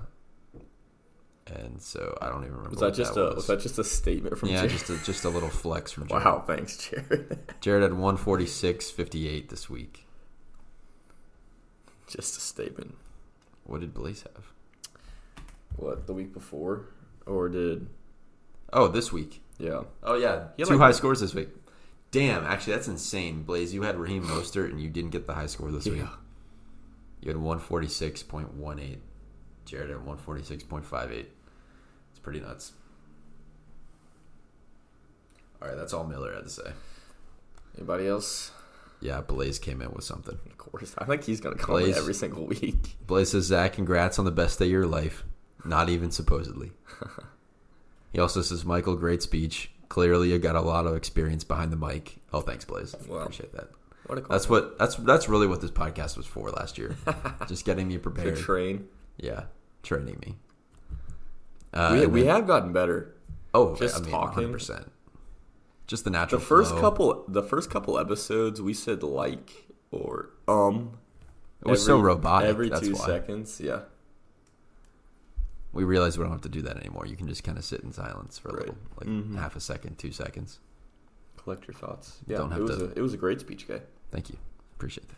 and so I don't even remember.
Was
what
that just a
was.
was that just a statement from
yeah,
Jared?
just a, just a little flex from Jared.
Wow. Thanks, Jared.
Jared had 146.58 this week.
just a statement.
What did Blaze have?
What the week before, or did
Oh, this week.
yeah?
Oh yeah,
He had
two
like-
high scores this week. Damn, actually, that's insane, Blaze. You had Raheem Mostert, and you didn't get the high score this week.
Yeah.
You had one forty six point one eight. Jared had one forty six point five eight. It's pretty nuts. All right, that's all Miller had to say.
Anybody else?
Yeah, Blaze came in with something.
Of course. I think he's going to come in
Blaze.
every single week.
Blaze says, Zach, congrats on the best day of your life. Not even supposedly. he also says, Michael, great speech. Clearly, you got a lot of experience behind the mic. Oh, thanks, Blaze.
Wow.
Appreciate that.
What a
That's what that's that's really what this podcast was for last year. Just getting me
to
prepared.
train.
yeah, training me. Uh,
we
and
we
then-
have gotten better.
oh,
just
I mean,
talking.
100%. Just the natural.
The first
flow.
couple the first couple episodes we said like or um
It was so robotic.
Every
that's
2
why.
seconds, yeah.
We realized we don't have to do that anymore. You can just kind of sit in silence for a
Right. Mm-hmm.
little, like half a second, two seconds.
Collect your thoughts. Yeah.
Don't have
it was
to-
a, it was a great speech, guy.
Thank you. Appreciate that.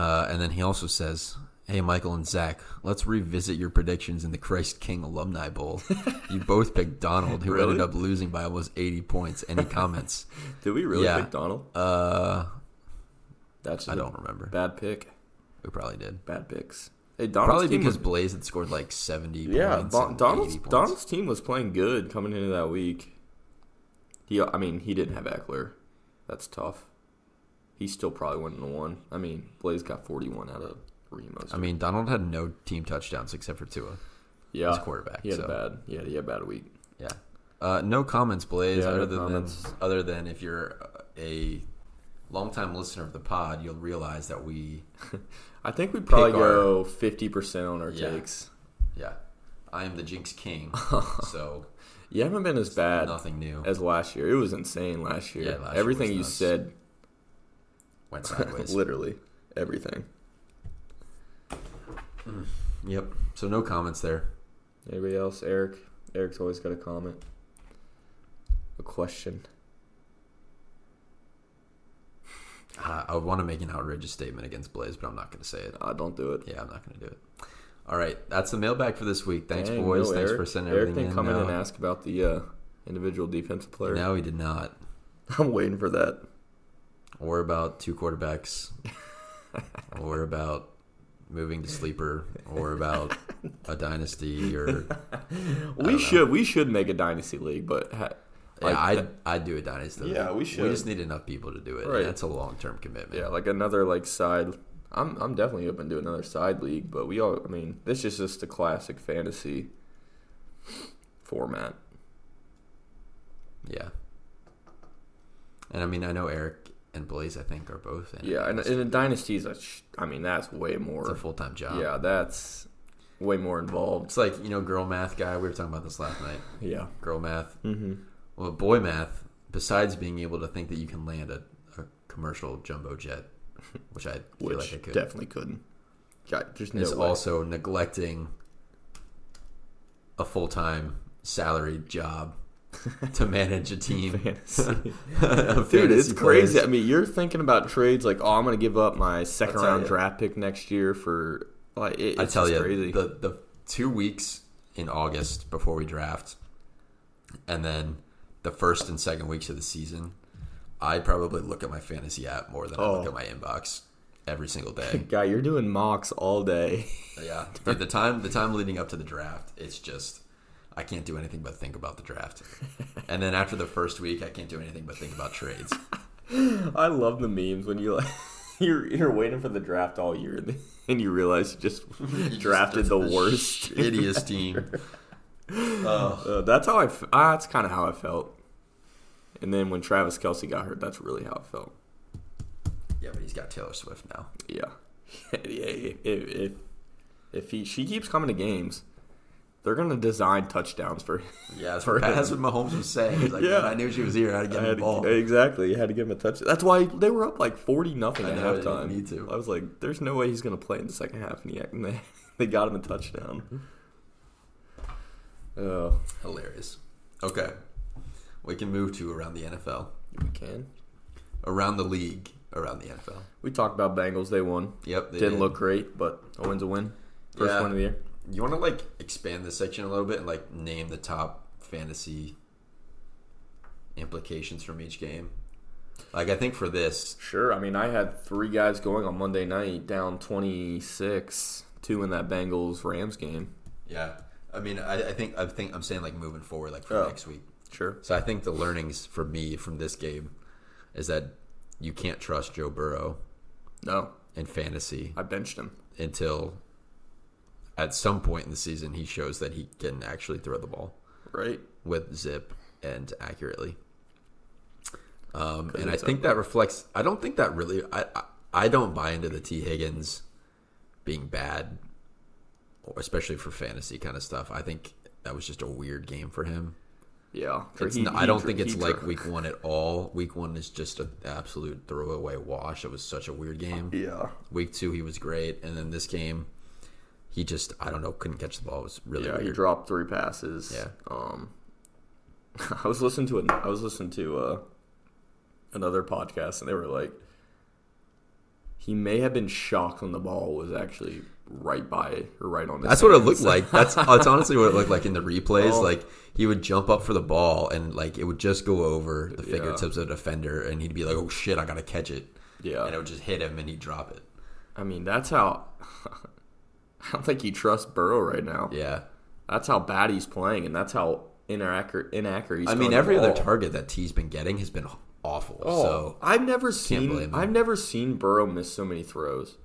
Uh, and then he also says, Hey, Michael and Zach, let's revisit your predictions in the Christ King Alumni Bowl. you both picked Donald, who
Really?
ended up losing by almost 80 points. Any comments?
Did we really
Yeah.
pick Donald?
uh,
That's just
I
a
don't remember.
bad pick.
We probably did.
Bad picks. Hey, Donald's
Probably
team
because
was,
Blaze had scored like 70
yeah,
points.
Bon-
and
Donald's
80 points.
Donald's team was playing good coming into that week. He I mean, he didn't have Eckler. That's tough. he still probably wouldn't have won. I mean, Blaze got 41 out of three most.
I mean, Donald had no team touchdowns except for Tua,
yeah,
his quarterback.
he had
so.
a bad, yeah, he had a bad week.
Yeah. Uh, no comments, Blaze.
Yeah, no
other than
comments.
other than if you're uh, a longtime listener of the pod, you'll realize that we
I think we probably
our-
go 50% on our
Yeah.
takes.
yeah, I am the Jinx King, so
You haven't been as bad
nothing new
as last year. It was insane last year.
Yeah, last year
everything
was
you
nuts.
said,
went sideways.
literally everything.
yep. So no comments there.
Anybody else? Eric. Eric's always got a comment, a question.
Uh, I want to make an outrageous statement against Blaze, but I'm not going to say it.
I don't do it.
Yeah, I'm not going to do it. All right, that's the mailbag for this week. Thanks,
Dang,
boys.
no,
Thanks
Eric.
for sending
Eric
everything
didn't
in.
come
no,
in and ask about the uh, individual defensive player.
no, he did not.
I'm waiting for that.
or about two quarterbacks, or about moving to sleeper, or about a dynasty, or
We should we should make a dynasty league, but ha-
yeah,
like
I'd
that-
I'd do a dynasty.
Yeah, we should.
We just need enough people to do it. and
Right.
That's a long term commitment.
yeah, like another like side. I'm I'm definitely open to another side league, but we all I mean this is just a classic fantasy format.
Yeah. And I mean, I know Eric and Blaze. I think are both. In it.
Yeah, and,
it's,
and a dynasty is a sh- I mean that's way
it's a
more.
full time job.
Yeah, that's way more involved.
It's like you know, girl math guy. We were talking about this last night.
Yeah.
Girl math.
Mm-hmm.
Well, boy math, besides being able to think that you can land a, a commercial jumbo jet, which I feel
Which
like I could,
definitely couldn't. Yeah, there's no
is
way.
also neglecting a full time salary job to manage a team.
fantasy.
of
Dude,
fantasy
it's crazy.
players.
I mean, you're thinking about trades like, oh, I'm going to give up my second
I'll tell
round
ya.
draft pick next year for like. It, it's
I tell
just
you,
crazy.
the the two weeks in August before we draft, and then the first and second weeks of the season, I probably look at my fantasy app more than I look
Oh.
at my inbox every single day.
Guy, you're doing mocks all day.
Yeah, dude, the time the time leading up to the draft, it's just I can't do anything but think about the draft, and then after the first week, I can't do anything but think about trades.
I love the memes when you like. You're, you're waiting for the draft all year, and, then- and you realize you just drafted the, worst.
hideous team. Oh,
Uh, that's how I. f- ah, that's kind of how I felt. And then when Travis Kelsey got hurt, that's really how I felt.
yeah, but he's got Taylor Swift now.
Yeah, yeah. If, if if he she keeps coming to games, they're gonna design touchdowns for him.
Yeah, that's what,
him.
that's what Mahomes was saying. He's like,
Yeah.
"Man, I knew she was here. I had to
I
get the
had to-
ball.
exactly. You had to give him a touch. That's why they were up like forty nothing
I
at
know, they didn't
halftime.
need to.
I was like, "There's no way he's gonna play in the second half," and, he, and they they got him a touchdown. Oh,
Hilarious. Okay, we can move to around the NFL,
we can.
around the league, around the NFL.
We talked about Bengals. They won.
Yep, they
Didn't
did.
look great, but a win's a win. First
Yeah.
one of the year.
You want to like expand this section a little bit and like name the top fantasy implications from each game. Like I think for this,
Sure. I mean, I had three guys going on Monday night down 26, two in that Bengals Rams game.
yeah. I mean, I, I think I think I'm saying like moving forward, like for
Oh.
next week.
Sure.
So I think the learnings for me from this game is that you can't trust Joe Burrow
No,
in fantasy
I benched him.
until at some point in the season he shows that he can actually throw the ball.
Right.
with zip and accurately. Um, and I
it's
think that reflects. I don't think that really. I, I I don't buy into the T Higgins being bad, or especially for fantasy kind of stuff. I think that was just a weird game for him.
Yeah.
It's
He-
not,
he
I don't
dr-
think it's
he
like
dr-
week one at all. Week one is just an absolute throwaway wash. It was such a weird game.
Yeah.
Week two he was great, and then this game, he just I don't know couldn't catch the ball. It was really
Yeah. He
weird.
dropped three passes.
Yeah.
Um, I was listening to an, I was listening to uh, another podcast, and they were like, he may have been shocked when the ball was actually right by or right on. His
That's what it
hands.
looked like. That's that's honestly what it looked like in the replays.
Oh.
Like he would jump up for the ball and like it would just go over the
Yeah.
fingertips of the defender, and he'd be like, "Oh shit, I gotta catch it,"
Yeah.
and it would just hit him, and he'd drop it.
I mean, that's how. I don't think he trusts Burrow right now.
Yeah,
That's how bad he's playing, and that's how inaccurate, inaccurate he's
I mean
throwing the
every other
ball.
target that T's been getting has been awful.
Oh,
So
I've never seen
blame him.
I've never seen Burrow miss so many throws.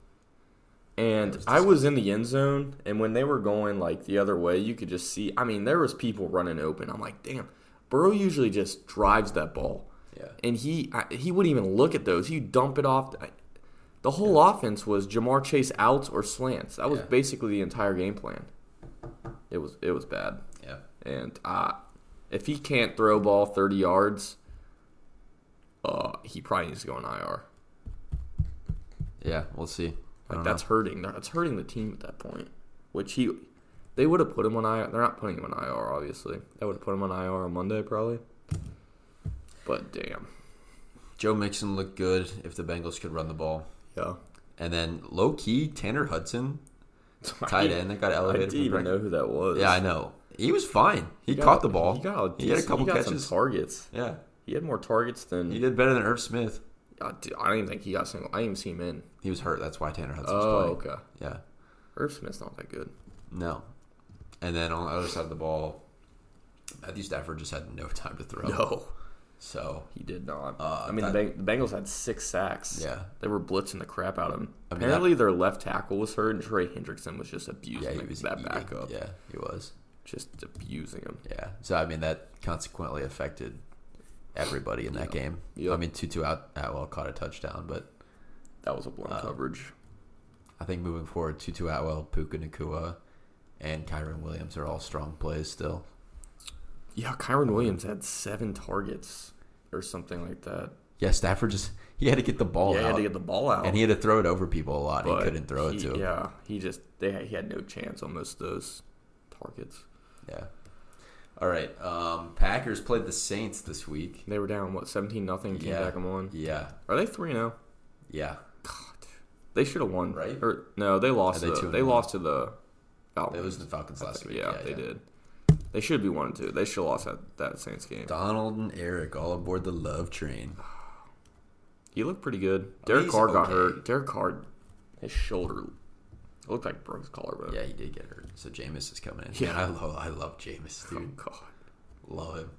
And
That was
I was in the end zone, and when they were going like the other way, you could just see. I mean, there was people running open. I'm like, damn, Burrow usually just drives that ball,
yeah,
and he I, he wouldn't even look at those. He would dump it off. I- The whole offense was Jamar Chase outs or slants. That was
Yeah.
basically the entire game plan. It was it was bad.
yeah.
And uh, if he can't throw a ball 30 yards, uh, he probably needs to go on IR.
Yeah, we'll see. I
Like
don't
that's hurting. That's hurting the team at that point. Which he, they would have put him on IR. They're not putting him on IR, obviously. They would have put him on IR on Monday probably. But damn,
know. Joe Mixon looked good if the Bengals could run the ball,
yeah.
and then low key Tanner Hudson, tight end that got
I
elevated.
didn't
from
even
practice.
know who that was.
Yeah, I know. He was fine. He,
He got-
caught the ball.
He got a,
He had a
decent-
couple
he got
catches.
Some targets.
yeah,
He had more targets than.
he did better than Irv Smith.
I, dude, I don't even think he got single. I didn't even see him in.
He was hurt. That's why Tanner Hudson was
Oh,
playing.
okay.
Yeah.
Irv Smith's not that good.
No. And then on the other side of the ball, Matthew Stafford just had no time to throw. So
Oh, He did not.
Uh,
I mean,
that-
the, Bang- the Bengals had six sacks.
Yeah.
They were blitzing the crap out of him.
I mean, that-
Apparently, their left tackle was hurt, and Trey Hendrickson was just abusing
yeah, he
him-
was
that
eating.
backup.
Yeah, he was.
Just abusing him.
Yeah. So I mean that consequently affected everybody in that game.
Yeah.
I mean Tutu out Atwell caught a touchdown, but
That was a blunt
Uh,
coverage.
I think moving forward, Tutu Atwell, Puka Nakua, and Kyron Williams are all strong plays still.
Yeah, Kyron Williams had seven targets or something like that.
Yeah, Stafford just he had to get the ball
yeah, he
out,
had to get the ball out.
and he had to throw it over people a lot.
but
he couldn't throw
he-
it to.
Yeah, he just they he had no chance on most of those targets.
Yeah. All right. Um, Packers played the Saints this week.
They were down what seventeen nothing. Came
Yeah.
back and won.
Yeah.
Are they three now?
Yeah.
They should have won,
Right?
Or no, they lost.
Are they
to
two
the,
and
they
one?
lost to the.
They
Falcons.
lose to the Falcons
I
last
think-
week.
Yeah, they did. They should be one and two. They should have lost that, that Saints game.
Donald and Eric all aboard the love train.
He looked pretty good. Derek
he's
Carr got
okay.
hurt. Derek Carr, his shoulder it looked like broke his collarbone.
Yeah, he did get hurt. So Jameis is coming in.
Yeah.
Yeah, I love I love Jameis,
Oh,
dude.
God.
Love him.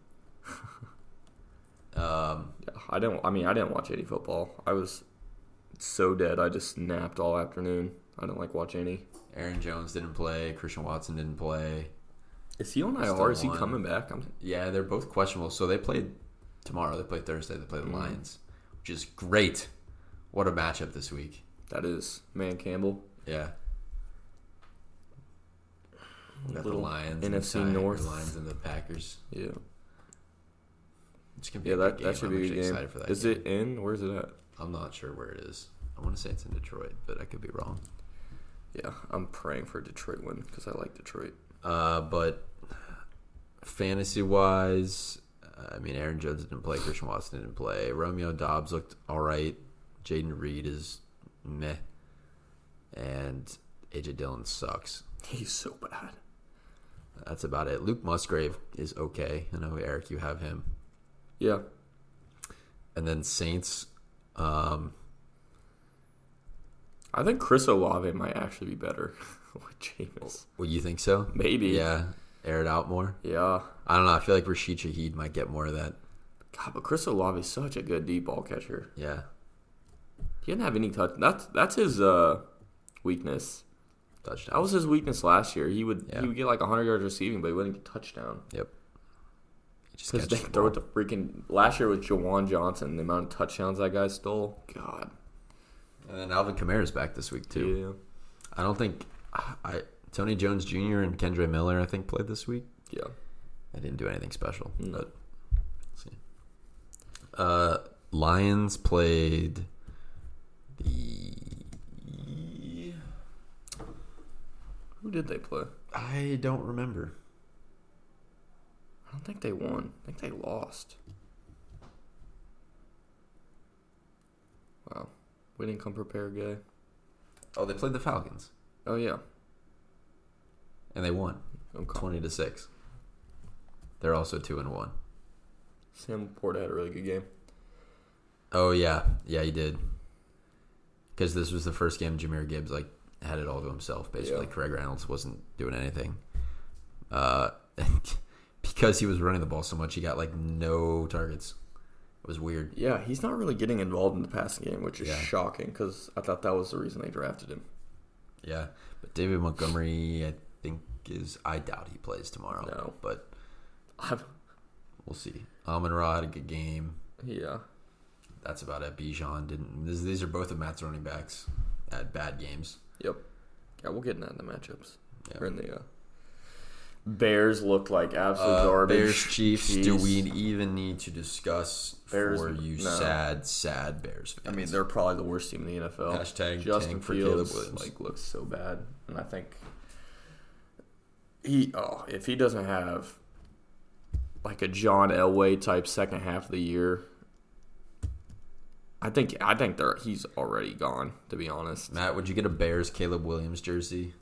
Um,
Yeah, I didn't. I mean, I didn't watch any football. I was so dead. I just napped all afternoon. I didn't like watch any.
Aaron Jones didn't play. Christian Watson didn't play.
Is he on
Still
IR? Is he
one.
coming back? I'm,
Yeah, they're both questionable. So they played tomorrow. They play Thursday. They play the
Mhm.
Lions, which is great. What a matchup this week.
that is man Campbell.
Yeah. Got the
Little
Lions,
NFC
inside,
North.
the Lions, and the Packers.
Yeah,
It's gonna be
yeah.
a
That
good
that should
game. I'm actually
be a good game.
excited for that.
Is
game.
it in? Where is it at?
I'm not sure where it is. I want to say it's in Detroit, but I could be wrong.
Yeah, I'm praying for a Detroit win because I like Detroit.
Uh, but fantasy wise, I mean, Aaron Jones didn't play. Christian Watson didn't play. Romeo Dobbs looked all right. Jaden Reed is meh, and AJ Dillon sucks.
He's so bad.
That's about it. Luke Musgrave is okay. I know Eric, you have him.
Yeah,
and then Saints. Um,
I think Chris Olave might actually be better with Jameis.
well, you think so?
Maybe.
Yeah, air it out more.
Yeah.
I don't know. I feel like Rashid Shaheed might get more of that.
God, but Chris Olave is such a good deep ball catcher.
Yeah,
He didn't have any touch. That's that's his uh, weakness.
touchdown.
That was his weakness last year. He would
Yeah.
he would get like 100 yards receiving, but he wouldn't get touchdown.
yep. He just
Because
catches
they
the
throw
ball.
it to freaking last year with Jawan Johnson, the amount of touchdowns that guy stole. God,
and then Alvin Kamara's back this week too. I don't think I Tony Jones Jr. and Kendra Miller I think played this week.
yeah, yeah.
I didn't do anything special,
Mm.
but we'll see. Uh, Lions played the.
Who did they play?
I don't remember.
I don't think they won. I think they lost. Wow, we didn't come prepared, guy.
Oh, they played the Falcons
Oh yeah,
and they won.
okay.
twenty to six. They're also two and one.
Sam Laporta had a really good game.
Oh yeah, yeah, he did. Because this was the first game Jameer Gibbs like had it all to himself. Basically,
Yeah.
Craig Reynolds wasn't doing anything. Uh, and because he was running the ball so much, he got like no targets. It was weird.
Yeah, he's not really getting involved in the passing game, which is
Yeah.
shocking because I thought that was the reason they drafted him.
Yeah, but David Montgomery, I think is I doubt he plays tomorrow.
No.
but
I'm,
we'll see. Amon Ra had a good game.
yeah,
That's about it. Bijan didn't. This, these are both of Matt's running backs at bad games.
yep. Yeah, we'll get into that in the matchups.
Yeah.
Or in the uh, Bears looked like absolute
Uh,
garbage.
Bears Chiefs. Do
Jeez.
we even need to discuss
Bears-
for you
no.
sad, sad Bears fans?
I mean, they're probably the worst team in the NFL.
Hashtag
Justin
tank for Caleb
Fields
Williams.
like looks so bad, and I think he oh if he doesn't have like a John Elway type second half of the year, I think I think they're he's already gone. To be honest,
Matt, would you get a Bears Caleb Williams jersey?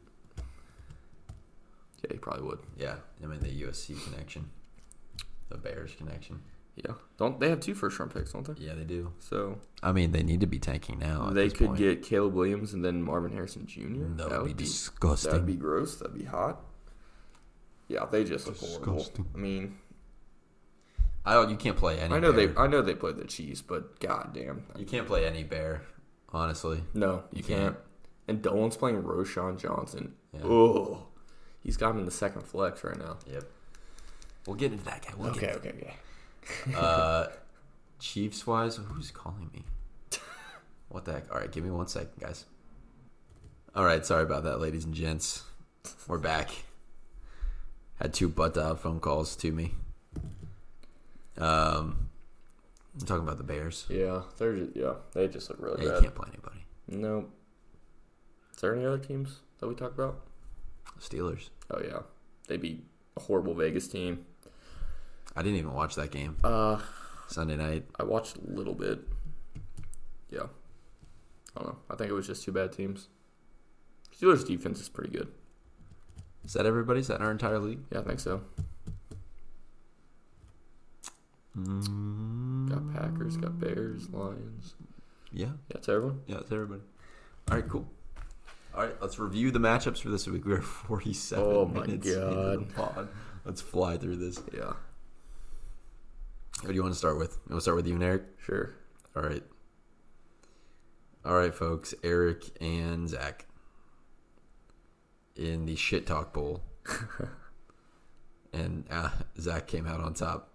yeah, he probably would.
Yeah, I mean the USC connection, the Bears connection.
Yeah, don't they have two first round picks? Don't they?
Yeah, they do.
So
I mean, they need to be tanking now. at
they
this
could
point.
get Caleb Williams and then Marvin Harrison Jr.
That
That
would be
That would
disgusting.
be gross. That'd be hot. Yeah, they just look horrible.
Disgusting.
I mean,
I don't. You can't play any.
I know
bear.
they, I know they played the Chiefs, but goddamn,
You can't play any bear, honestly.
no, you,
You
can't.
can't.
And Dolan's playing Roshan Johnson.
Yeah.
Oh, he's got him in the second flex right now.
Yep. We'll get into that guy. We'll
Okay,
get
okay, okay.
into uh, Chiefs wise, who's calling me? What the heck? All right, give me one second, guys. All right, sorry about that, ladies and gents. We're back. Had two butt dial phone calls to me. Um, I'm talking about the Bears.
Yeah, they're just, yeah, they just look really
Yeah, you
bad.
can't play anybody.
No. Is there any other teams that we talk about?
Steelers.
Oh yeah, they beat a horrible Vegas team.
I didn't even watch that game
Uh,
Sunday night.
I watched a little bit. Yeah. I don't know. I think it was just two bad teams. Steelers defense is pretty good.
Is that everybody? Is that our entire league?
Yeah, I think so. Got Packers, got Bears, Lions.
Yeah.
Yeah, it's everyone.
Yeah, it's everybody. All right, cool. All right, let's review the matchups for this week. We're 47
Oh my
minutes into the
God.
pod. Let's fly through this.
Yeah,
What do you want to start with? You want to start with you and Eric?
sure.
All right. All right, folks. Eric and Zach in the shit talk bowl. and uh, Zach came out on top.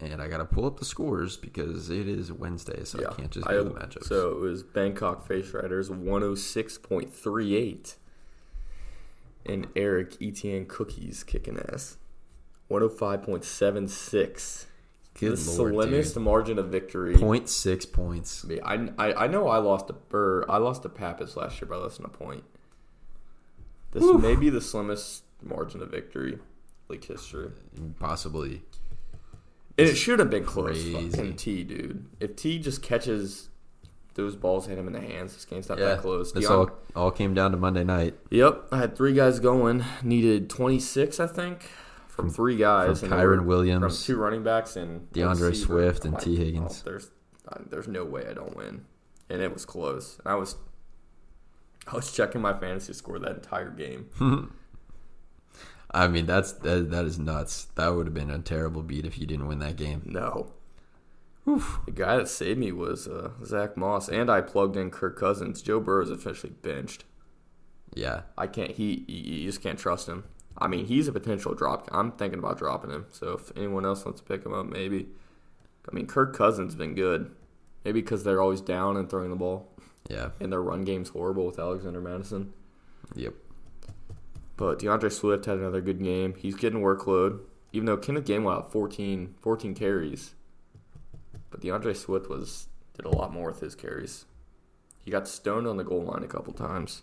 And I got to pull up the scores because it is Wednesday, so
yeah.
I can't just do the matchups.
So it was Bangkok Face Riders 106.38. And Eric Etn Cookies kicking ass. 105.76.
Good
this
lord,
is the
dude.
slimmest margin of victory.
Point six points.
Me, I, I, I know I lost a or I lost to Pappas last year by less than a point. This may be the slimmest margin of victory, league history.
Possibly.
And it should have been close.
Crazy.
Fucking T, dude. If T just catches those balls, hit him in the hands, this game's not that close.
This
Deion-
all, all came down to Monday night.
yep, I had three guys going. Needed 26, I think, from three guys.
from
and they were-
Kyron Williams.
From two running backs and one
DeAndre
receiver.
Swift and
I'm
T. Higgins.
oh, there's, uh, there's no way I don't win. And it was close. And I was I was checking my fantasy score that entire game.
Hmm. I mean, that's that, that is nuts. That would have been a terrible beat if you didn't win that game.
No. The guy that saved me was uh, Zach Moss, and I plugged in Kirk Cousins. Joe Burrow is officially benched.
Yeah,
I can't. He you- you just can't trust him. I mean, he's a potential drop. I'm thinking about dropping him. So if anyone else wants to pick him up, maybe. I mean, Kirk Cousins been good. Maybe because they're always down and throwing the ball,
yeah,
and their run game's horrible with Alexander Madison.
yep.
But DeAndre Swift had another good game. He's getting workload, even though Kenneth Gainwell had 14, 14 carries. But DeAndre Swift was did a lot more with his carries. He got stoned on the goal line a couple times.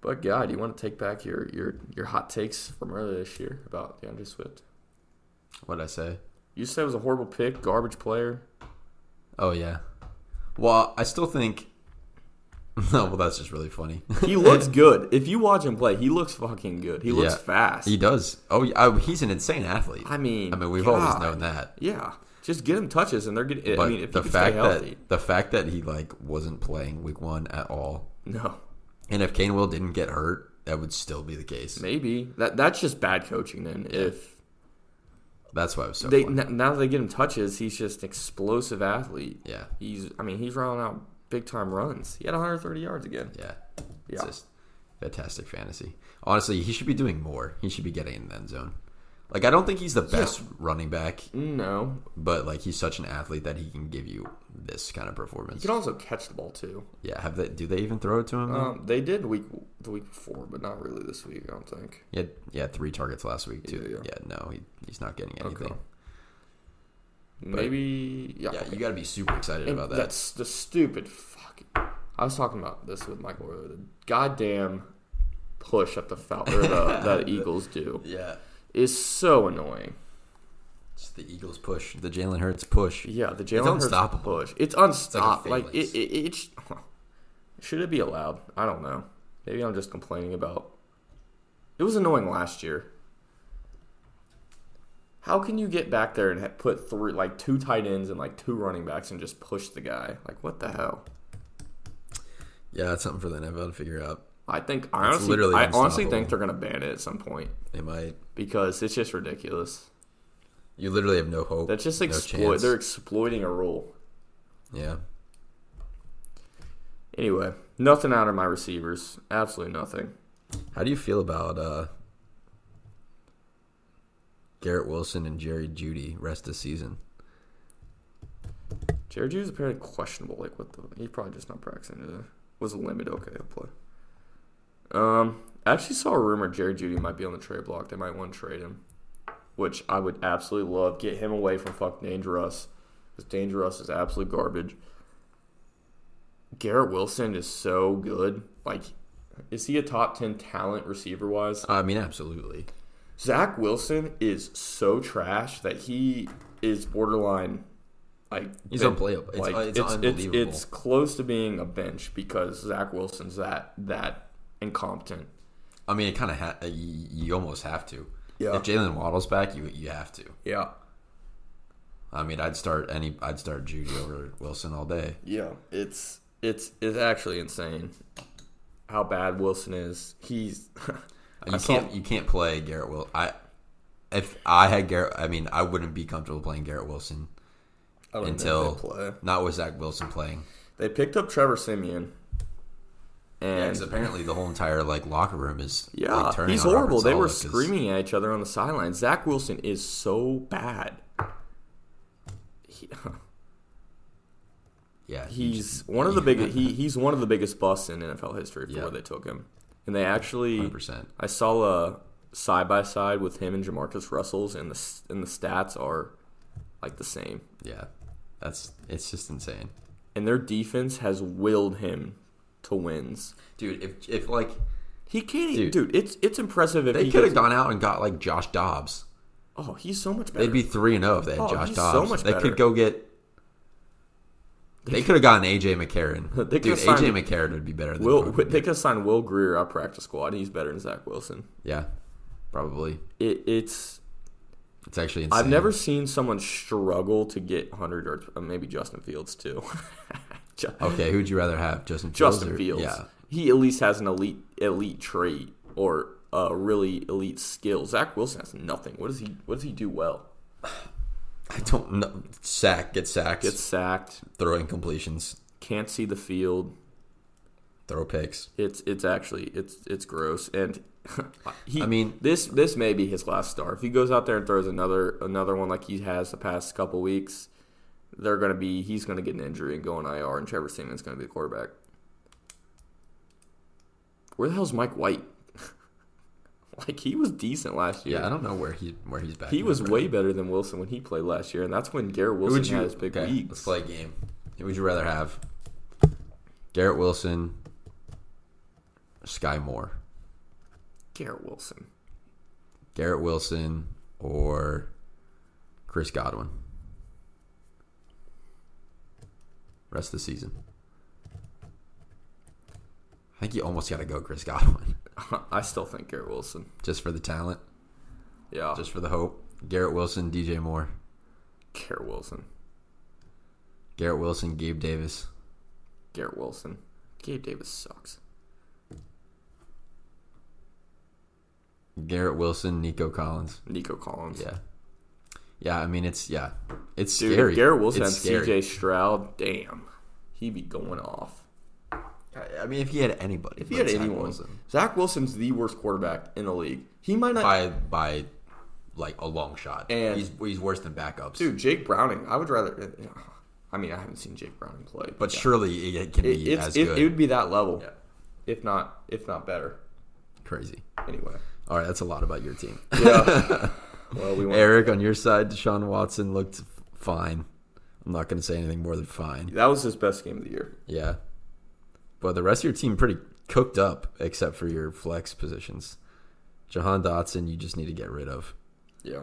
But God, you want to take back your your your hot takes from earlier this year about DeAndre Swift?
What'd I say?
You said it was a horrible pick, garbage player.
Oh yeah. Well, I still think. No, well, that's just really funny.
He looks good. If you watch him play, he looks fucking good. He looks
Yeah.
fast.
he does. Oh, yeah, I, he's an insane athlete.
I mean,
I mean, we've
God.
always known that.
Yeah, just get him touches, and they're getting.
But
I mean, if
the
he can
fact
stay healthy,
that the fact that he like wasn't playing week one at all,
no,
and if Kane Will didn't get hurt, that would still be the case.
maybe that that's just bad coaching. Then if
That's why it was so.
they
fun.
n- now that they get him touches, he's just an explosive athlete.
yeah,
He's I mean he's rolling out big time runs. He had 130 yards again.
yeah. It's
Yeah,
just fantastic fantasy. Honestly, he should be doing more. He should be getting in the end zone. Like I don't think he's the best running back,
no,
but like he's such an athlete that he can give you this kind of
he
performance.
can also catch the ball too.
yeah, have they do they even throw it to him? though?
Um, they did week the week before, but not really this week. I don't think.
He had yeah, three targets last week too.
Yeah,
Yeah,
yeah.
no, he, he's not getting anything.
Okay. Maybe yeah.
Yeah,
okay.
you got to be super excited
And
about that.
That's the stupid fucking. I was talking about this with Michael earlier. The goddamn push at the foul or the, that Eagles do
yeah,
is so annoying.
it's the Eagles push, the Jalen Hurts push.
Yeah, the Jalen Hurts
unstoppable.
push. It's unstoppable.
like a
Like,
phalanx.
it, it, it, sh- should it be allowed? I don't know. Maybe I'm just complaining about. It was annoying last year. How can you get back there and ha- put three, like two tight ends and like two running backs and just push the guy? Like what the hell?
Yeah, that's something for the NFL to figure out.
I think I honestly,
literally
I honestly
unstoppable.
think they're gonna ban it at some point
They might.
because it's just ridiculous.
You literally have no hope.
That's just
no
exploit.
chance.
they're exploiting a rule.
Yeah,
Anyway, nothing out of my receivers. Absolutely nothing.
How do you feel about uh, Garrett Wilson and Jerry Judy rest of season?
Jared Judy's apparently questionable. Like what the? He's probably just not practicing today. Was limited. Okay, he'll play. Um, I actually saw a rumor Jared Judy might be on the trade block. They might want to trade him, which I would absolutely love. Get him away from fuck Dangerous. Because Dangerous is absolute garbage. Garrett Wilson is so good. Like, is he a top ten talent receiver wise?
I mean, absolutely.
Zach Wilson is so trash that he is borderline like
He's
ben-
unplayable. It's- it's unbelievable.
It's, close to being a bench because Zach Wilson's that that incompetent.
I mean, it kind of ha- you, you almost have to.
Yeah.
If Jalen Waddle's back, you you have to.
Yeah,
I mean, I'd start any. I'd start Judy over Wilson all day.
yeah. It's it's it's actually insane how bad Wilson is. He's
You can't you can't play Garrett Will. I if I had Garrett, I mean, I wouldn't be comfortable playing Garrett Wilson
I don't know if they
until
play.
not with Zach Wilson playing.
They picked up Trevor Simeon. And
Because apparently the whole entire like locker room is
Yeah,
like, turning
he's
on Robert
horrible. They were
Saleh 'cause-
screaming at each other on the sideline. Zach Wilson is so bad. He-
Yeah, he
he's one of the biggest. He, he's one of the biggest busts in NFL history for
Yeah.
where they took him, and they actually.
100%.
I saw a side by side with him and Jamarcus Russell's, and the s- and the stats are like the same.
Yeah, that's it's just insane,
And their defense has willed him to wins.
dude. If if like
He can't, dude.
Dude.
dude it's it's impressive if
they
he
could have
gets-
gone out and got like Josh Dobbs,
Oh, he's so much better.
they'd be three and zero if they had
Oh,
Josh
he's so
Dobbs.
much
they
better.
could go get. They could have gotten AJ McCarron.
They
Dude,
could've
AJ
signed-
McCarron would be better than
Will
fucking-
they could sign Will Greer our practice squad. He's better than Zach Wilson.
Yeah, probably.
It, it's
It's actually insane.
I've never seen someone struggle to get 100 yards. uh, Maybe Justin Fields too. Ju-
Okay, who'd you rather have, Justin Fields?
Justin
or-
Fields.
Yeah,
He at least has an elite elite trait or a really elite skill. Zach Wilson has nothing. What does he What does he do well?
I don't know. Sack, get sacks,
Gets sacked,
throw incompletions,
can't see the field.
throw picks.
It's it's actually it's it's gross and he,
I mean-
this this may be his last star. If he goes out there and throws another another one like he has the past couple weeks, they're gonna be he's gonna get an injury and go on IR, and Trevor Simeon's gonna be the quarterback. Where the hell's Mike White? like he was decent last year.
Yeah, I don't know where he where he's back.
he
now,
was
but-
way better than Wilson when he played last year, and that's when Garrett
Who
Wilson
would you?
had his big
okay,
weeks.
let's play a game. Who would you rather have? Garrett Wilson, Sky Moore,
Garrett Wilson.
Garrett Wilson, or Chris Godwin. Rest of the season. I think you almost got to go Chris Godwin
I still think Garrett Wilson.
just for the talent.
Yeah,
just for the hope. Garrett Wilson, DJ Moore,
Garrett Wilson.
Garrett Wilson, Gabe Davis.
Garrett Wilson. Gabe Davis sucks.
Garrett Wilson, Nico Collins.
Nico Collins.
Yeah. Yeah, I mean it's yeah, it's
Dude,
scary.
if Garrett Wilson
it's
and
scary.
CJ Stroud, damn, he be going off.
I- I mean, if he had anybody,
If he
but
had
Zach
anyone,
Wilson.
Zach Wilson's the worst quarterback in the league. He might not.
by by like a long shot,
And-
he's he's worse than backups.
Dude, Jake Browning. I would rather. I mean, I haven't seen Jake Browning play,
but
yeah.
surely it can
it,
be
it's,
as
it,
good.
it would be that level,
Yeah.
if not if not better.
Crazy.
Anyway,
All right, that's a lot about your team.
yeah. well, we went.
Eric, on your side, Deshaun Watson looked fine. I'm not going to say anything more than fine.
That was his best game of the year.
Yeah. But the rest of your team pretty cooked up, except for your flex positions. Jahan Dotson, you just need to get rid of.
Yeah.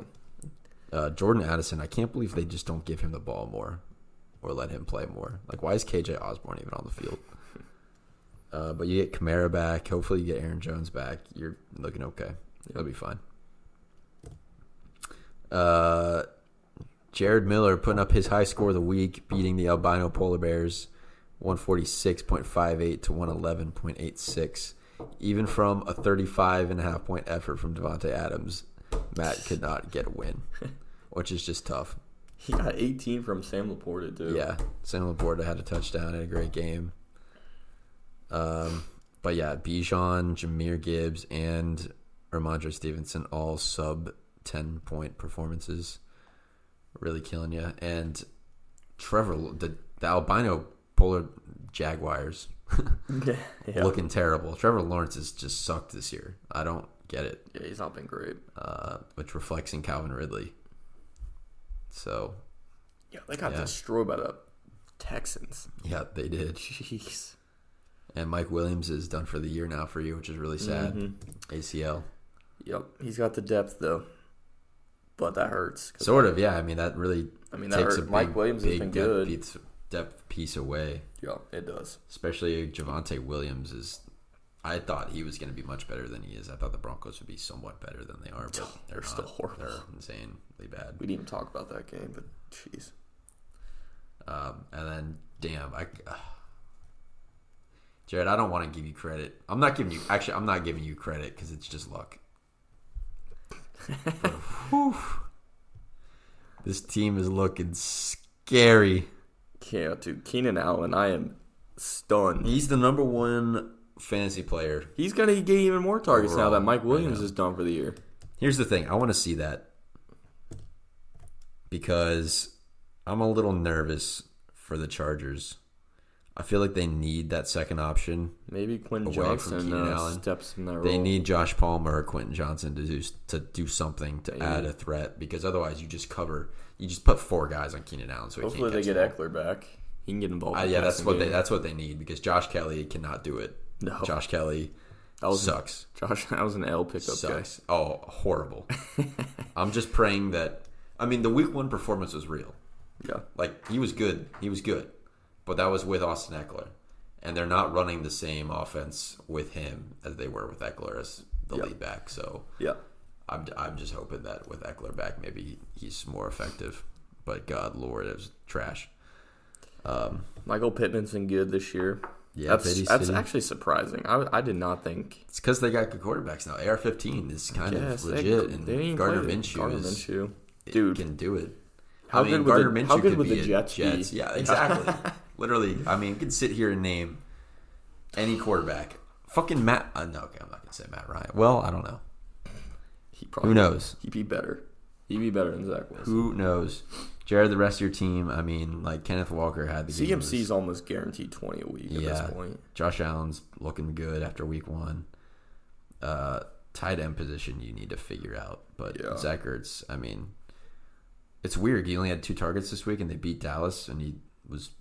Uh, Jordan Addison, I can't believe they just don't give him the ball more or let him play more. Like, why is KJ Osborne even on the field? Uh, but you get Kamara back. Hopefully, you get Aaron Jones back. You're looking okay. That'll be fine. Uh, Jared Miller putting up his high score of the week, beating the albino polar bears 146.58 to 111.86. Even from a 35 and a half point effort from Devontae Adams, Matt could not get a win, which is just tough.
He got 18 from Sam Laporta, dude.
Yeah, Sam Laporta had a touchdown had a great game. Um, but yeah, Bijan, Jameer Gibbs, and Ramondre Stevenson all sub ten point performances, really killing you. And Trevor, the, the albino polar jaguars,
yeah. Yeah,
looking terrible. Trevor Lawrence has just sucked this year. I don't get it
he's not been great.
uh, which reflects in Calvin Ridley. So
Yeah, they got
Yeah.
destroyed by the Texans.
yeah, they did.
Jeez.
And Mike Williams is done for the year now for you, which is really sad.
Mm-hmm.
ACL,
Yep, he's got the depth though, but that hurts. 'Cause-
sort of. Yeah, I mean that really.
I mean, that hurt. Mike Williams has been
depth
good.
Piece, depth piece away,
Yeah, it does.
especially Javante Williams is. I thought he was going to be much better than he is. I thought the Broncos would be somewhat better than they are, but they're,
They're
not.
still horrible.
They're insanely bad.
We didn't even talk about that game, but jeez.
Um, and then, damn, I, ugh. Jared, I don't want to give you credit. I'm not giving you. Actually, I'm not giving you credit because it's just luck. But, whew. this team is looking scary.
Yeah, dude, Keenan Allen, I am stunned.
He's the number one fantasy player.
He's gonna get even more targets now that
Overall,
Mike Williams
I know.
is done for the year.
Here's the thing. I want to see that because I'm a little nervous for the Chargers. I feel like they need that second option.
Maybe Quinn
Away from
Johnson
Keenan
uh,
Allen.
steps in that
They
role.
need Josh Palmer or Quentin Johnson to do to do something to add a threat because otherwise you just cover you just put four guys on Keenan Allen so he
Hopefully,
can't
they
catch
get
the ball.
Eckler back. He can get involved.
Uh,
in the
yeah, that's
passing
what they
game.
that's what they need because Josh Kelly cannot do it.
No.
Josh Kelly
That was-
sucks.
Josh. That was an L pickup guy.
Sucks. Oh, horrible. I'm just praying that I mean the week 1 performance was real.
Yeah,
Like he was good. He was good. But that was with Austin Eckler. And they're not running the same offense with him as they were with Eckler as the
Yeah.
lead back. So
yeah.
I'm, I'm just hoping that with Eckler back, maybe he's more effective. But God, Lord, it was trash. Um,
Michael Pittman's been good this year.
Yeah,
that's,
Pitty
that's
City.
actually surprising. I, I did not think.
it's because they got good quarterbacks now. AR-15 is kind
Yes,
of
they-
legit,
they
and
didn't even
Gardner
play
Minshew,
Gardner
is,
Minshew.
dude
Dude,
can do it.
How good would the- how good
could
would the
be a
Jets be?
Yeah, exactly. Literally, I mean, you can sit here and name any quarterback. Fucking Matt. Uh, no, okay, I'm not gonna say Matt Ryan. Well, I don't know.
he probably
Who knows?
He'd be better. He'd be better than Zach Wilson.
Who knows? Jared, the rest of your team. I mean, like Kenneth Walker had the game of his-
CMC's almost guaranteed twenty a week at
Yeah.
this point.
Josh Allen's looking good after week one. Uh, tight end position you need to figure out, but
Yeah.
Zach Ertz, I mean, it's weird. He only had two targets this week, and they beat Dallas, and he was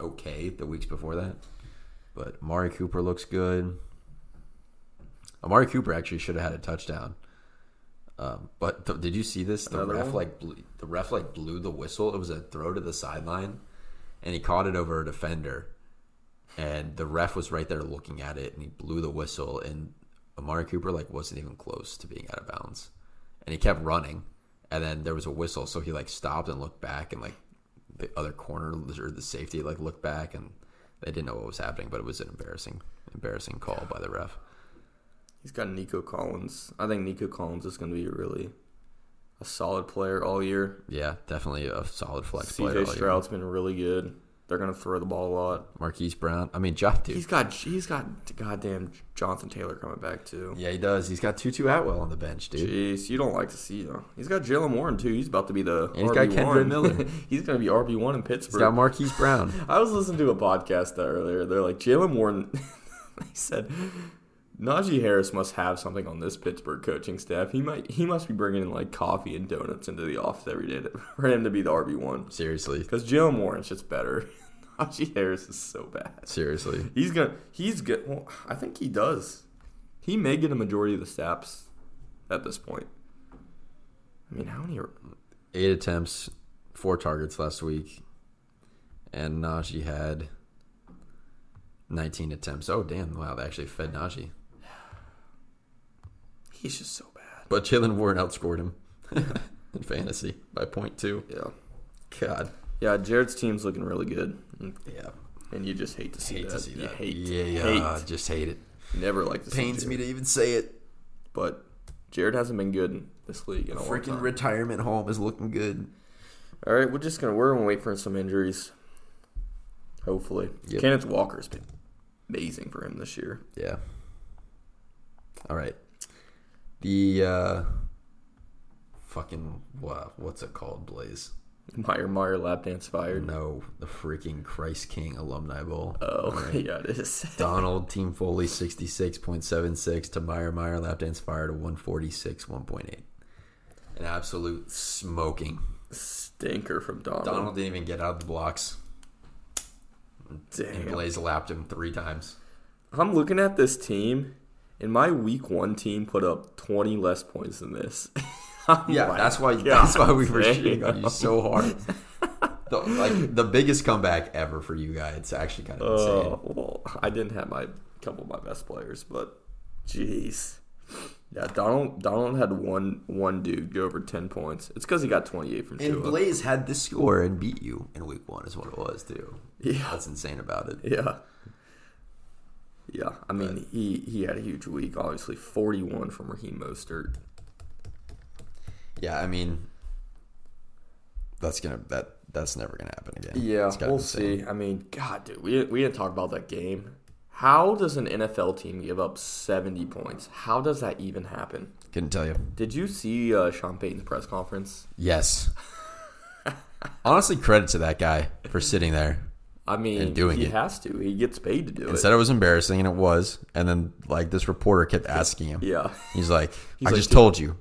okay the weeks before that. But Amari Cooper looks good. Amari Cooper actually should have had a touchdown. Um, but th- did you see this? The
Another
ref
one?
like blew, the ref like blew the whistle. It was a throw to the sideline, and he caught it over a defender. And the ref was right there looking at it, and he blew the whistle. And Amari Cooper like wasn't even close to being out of bounds, and he kept running. And then there was a whistle, so he like stopped and looked back, and like the other corner or the safety like looked back, and they didn't know what was happening. But it was an embarrassing, embarrassing call by the ref.
He's got Nico Collins. I think Nico Collins is going to be really. I a solid player all year.
Yeah, definitely a solid flex player. all
CJ
year.
Stroud's been really good. They're gonna throw the ball a lot.
Marquise Brown. I mean, Jeff, dude.
He's got he's got goddamn Jonathan Taylor coming back too.
yeah, he does. He's got Tutu Atwell on the bench, dude.
Jeez, you don't like to see him. He's got Jalen Warren too. He's about to be the
he's got
RB1.
Kendrick Miller.
he's gonna be RB one in
He's
Pittsburgh.
got Marquise Brown.
I was listening to a podcast that earlier. They're like Jalen Warren. they said Najee Harris must have something on this Pittsburgh coaching staff. He might he must be bringing in like coffee and donuts into the office every day to, for him to be the RB one.
Seriously,
Because Jalen Warren's just better. Najee Harris is so bad.
seriously.
He's gonna he's good. Well, I think he does. He may get a majority of the snaps at this point. I mean, how many? Are,
Eight attempts, four targets last week, and Najee had 19 attempts. Oh damn! Wow, they actually fed Najee,
he's just so bad.
but Jalen Warren outscored him in fantasy by point two.
Yeah,
God,
yeah. Jared's team's looking really good.
yeah.
and you just hate to see
Hate
that.
to see
You
that.
hate,
yeah, yeah.
hate.
Just hate it.
Never like to
Pains
see
me
Jared.
to even say it.
But Jared hasn't been good in this league in a long
Freaking
time.
retirement home is looking good.
All right, we're just gonna we're gonna wait for some injuries. Hopefully,
Yep.
Kenneth Walker's been amazing for him this year.
Yeah. All right. The uh fucking what what's it called, Blaze?
Meyer Meyer lap dance fired.
No, the freaking Christ King Alumni Bowl.
Oh yeah, it is.
Donald Team Foley 66.76 to Meyer Meyer Lapdance Fire to 146 1.8. An absolute smoking.
Stinker from Donald.
Donald didn't even get out of the blocks. And
Damn.
Blaze lapped him three times.
I'm looking at this team, and my week one team put up 20 less points than this. I'm
Yeah,
like,
that's why.
God
that's why we were
damn.
shitting on you so hard. the, like the biggest comeback ever for you guys. It's actually kind of
Uh,
insane.
well, I didn't have my couple of my best players, but jeez, yeah. Donald Donald had one one dude go over ten points. It's because he got twenty eight from
And
Tua.
Blaze had this score and beat you in week one is what it was too.
yeah,
That's insane about it.
yeah, yeah. I mean, he he had a huge week. Obviously, forty one from Raheem Mostert.
Yeah, I mean, that's gonna that that's never gonna happen again.
Yeah,
It's gotta
we'll
be insane.
see. I mean, God, dude, we we didn't talk about that game. How does an NFL team give up seventy points? How does that even happen?
Couldn't tell you.
Did you see uh, Sean Payton's press conference?
Yes. Honestly, credit to that guy for sitting there.
I mean,
doing
he
it.
has to. He gets paid to do
He said it was embarrassing, and it was. And then, like, this reporter kept asking him.
it. Yeah.
He's like, I
like,
just
"Dude."
told you.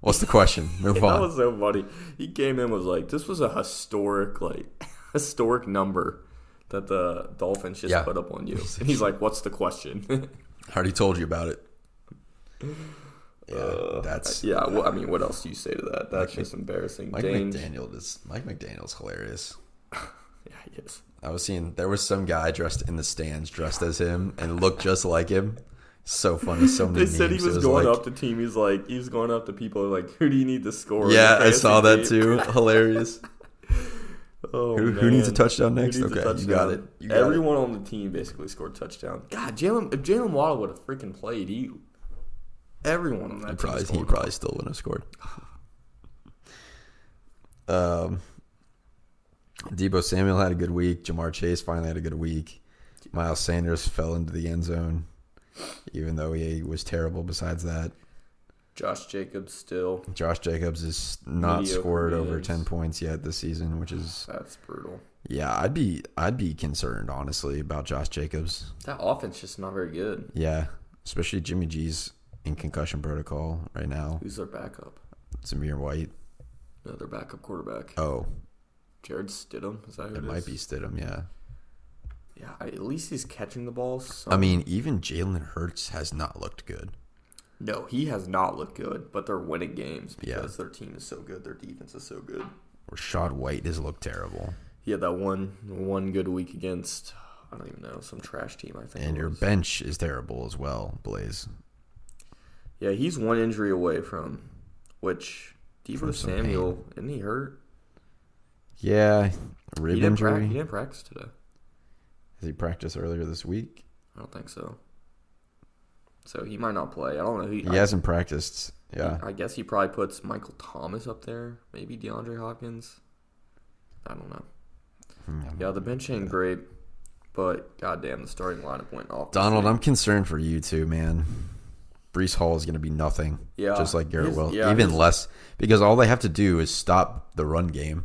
What's the question? Move
That
on.
was so funny. He came in and was like, this was a historic, like, historic number that the Dolphins just
Yeah.
put up on you. And he's like, what's the question?
I already told you about it. Yeah, that's
Uh, yeah, well, I mean, what else do you say to that? That's just embarrassing.
Mike
James.
McDaniel is Mike McDaniel's hilarious.
Yeah, he is.
I was seeing there was some guy dressed in the stands dressed as him and looked just like him. So funny, so many
They said he
memes. It
was going
like-
up to team. He's like, he was going up to people like, who do you need to score? in the
Yeah, I saw that
fantasy game?"
too. Hilarious.
Oh,
Who- who needs a
man.
touchdown
Who
next?
needs a
Okay, you got
touchdown?
it. You got it.
Everyone on the team basically scored touchdown. God, Jalen if Jalen Waddle would have freaking played, he everyone on that
He
team
probably, he
scored.
probably still wouldn't have scored. Um, Debo Samuel had a good week. Jamar Chase finally had a good week. Miles Sanders fell into the end zone, even though he was terrible. Besides that,
Josh Jacobs still.
Josh Jacobs has not
Mediocre
scored over
games.
ten points yet this season, which is
That's brutal.
yeah. I'd be I'd be concerned honestly about Josh Jacobs.
That offense just not very good.
Yeah, especially Jimmy G's in concussion protocol right now.
Who's their backup?
Zamir White.
No, their backup quarterback.
Oh,
Jared Stidham. Is that who it
it might
is?
be Stidham. Yeah.
Yeah, I- at least he's catching the ball. some-
I mean, even Jalen Hurts has not looked good.
no, he has not looked good, but they're winning games
Yeah.
because their team is so good. Their defense is so good.
Rashad White has looked terrible,
He had that one one good week against I don't even know some trash team. I think.
and
it
your
was.
bench is terrible as well, Blaze.
Yeah, he's one injury away from which Debo
From some
Samuel isn't he hurt?
Yeah, rib
He didn't, prac-
injury.
he didn't practice today.
Has he practiced earlier this week?
I don't think so. So he might not play. I don't know. He,
He hasn't practiced Yeah.
I guess he probably puts Michael Thomas up there, maybe DeAndre Hopkins. I don't know.
Hmm,
Yeah, the bench ain't great, but goddamn, the starting lineup went off. this
Donald,
week.
I'm concerned for you too, man. Brees Hall is going to be nothing.
Yeah.
Just like Garrett
His-
will.
yeah,
Even
his-
less. Because all they have to do is stop the run game.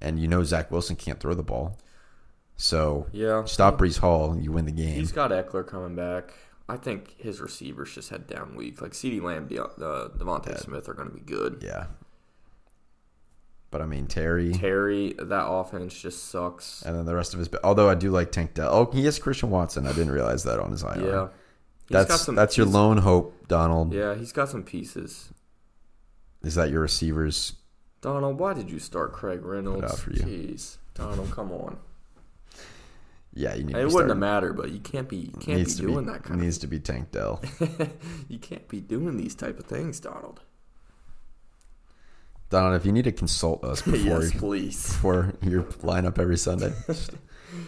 And you know Zach Wilson can't throw the ball. So
yeah,
stop Brees Hall and you win the game.
He's got Eckler coming back. I think his receivers just had down week. Like Ceedee Lamb, De- uh, Devontae Smith are going to be good.
yeah. But I mean, Terry.
Terry, that offense just sucks.
And then the rest of his. Although I do like Tank Dell. Oh, he has Christian Watson. I didn't realize that on his IR.
yeah, He's
That's, that's your
he's-
lone hope, Donald.
Yeah, he's got some pieces.
Is that your receivers?
Donald, why did you start Craig Reynolds?
for you.
Jeez, Donald, come on.
Yeah, you need
it
to be
wouldn't have
starting.
mattered, but you can't be you can't be
Needs to
doing that kind
needs to be Tank Dell.
of you can't be doing these type of things, Donald.
Donald, if you need to consult us before
yes, please.
before your lineup every Sunday, just-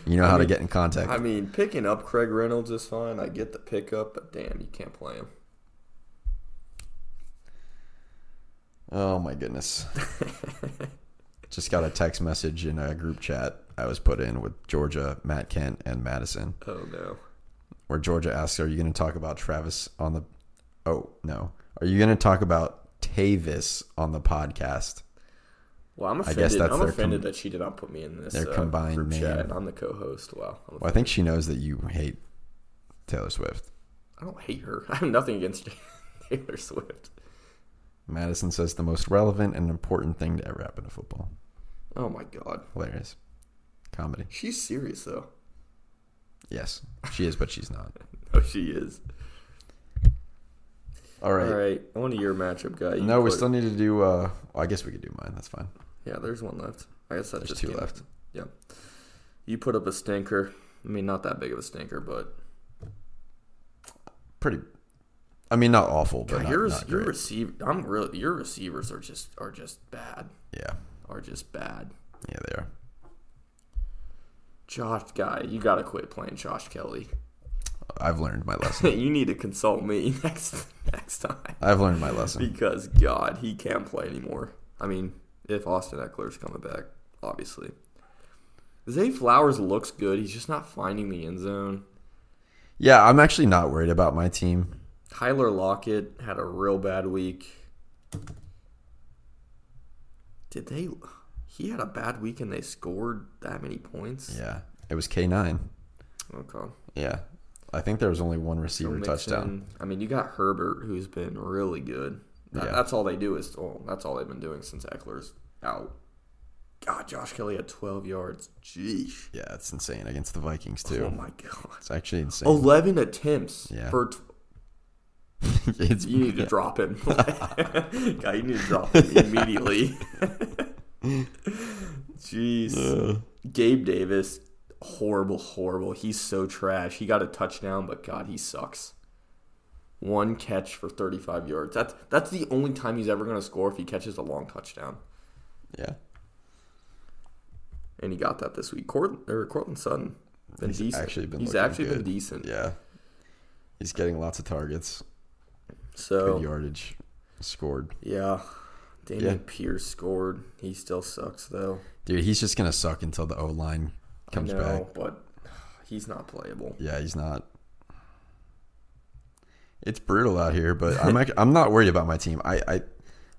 you know how to
mean-
get in contact.
I mean, picking up Craig Reynolds is fine. I get the pickup, but damn, you can't play him.
oh my goodness! Just got a text message in a group chat I was put in with Georgia, Matt Kent, and Madison,
Oh no.
where Georgia asks, "Are you going to talk about Travis on the? Oh no, are you going to talk about Tavis on the podcast?"
Well, I'm
I
offended. I
guess that's
am
their
offended
com-
that she did not put me in this.
their
uh,
combined
group chat,
name.
and I'm the co-host. Wow. I'm
Well, I think she knows that you hate Taylor Swift.
I don't hate her. I have nothing against Taylor Swift.
Madison says the most relevant and important thing to ever happen to football.
Oh my god,
Hilarious. Comedy.
she's serious though.
Yes, she is, but she's not.
Oh, she is.
All right.
All right, on to your matchup, guy. You
No, we
put-
still need to do. Uh, well, I guess we could do mine. That's fine.
Yeah, there's one left. I guess that's
There's
just
two
game.
left.
Yeah. You put up a stinker. I mean, not that big of a stinker, but
Pretty. I mean, not awful, but
God,
not,
your
not
your
great.
receiver. I'm really your receivers are just are just bad.
yeah,
Are just bad.
yeah, they are.
Josh, guy, you gotta quit playing Josh Kelly.
I've learned my lesson.
you need to consult me next next time
I've learned my lesson.
because God, he can't play anymore. I mean, if Austin Eckler's coming back, obviously. Zay Flowers looks good. He's just not finding the end zone.
Yeah, I'm actually not worried about my team.
Tyler Lockett had a real bad week. Did they? He had a bad week and they scored that many points.
Yeah, it was K nine.
Okay.
Yeah, I think there was only one
So
receiver
Mixon-
touchdown.
I mean, you got Herbert, who's been really good. That-
Yeah.
That's all they do is. Oh, that's all they've been doing since Eckler's out. God, Josh Kelly had 12 yards. Jeez.
Yeah, it's insane against the Vikings
Oh
too.
my Oh, god.
It's actually insane.
11 attempts
Yeah.
for. T-
it's
you need to drop him. God, you need to drop him immediately. Jeez. Gabe Davis, horrible, horrible. He's so trash. He got a touchdown, but God, he sucks. One catch for 35 yards. That's that's the only time he's ever going to score if he catches a long touchdown.
yeah.
And he got that this week. Cortland, or Cortland Sutton, been
He's
decent.
actually been
he's
looking
actually been
good.
decent.
Yeah. He's getting lots of targets, good
So
yardage, scored.
yeah, Damian
Yeah.
Pierce scored. He still sucks though.
Dude, he's just gonna suck until the O line comes
I know,
back.
but he's not playable.
Yeah, he's not. It's brutal out here, but I'm act- I'm not worried about my team. I I,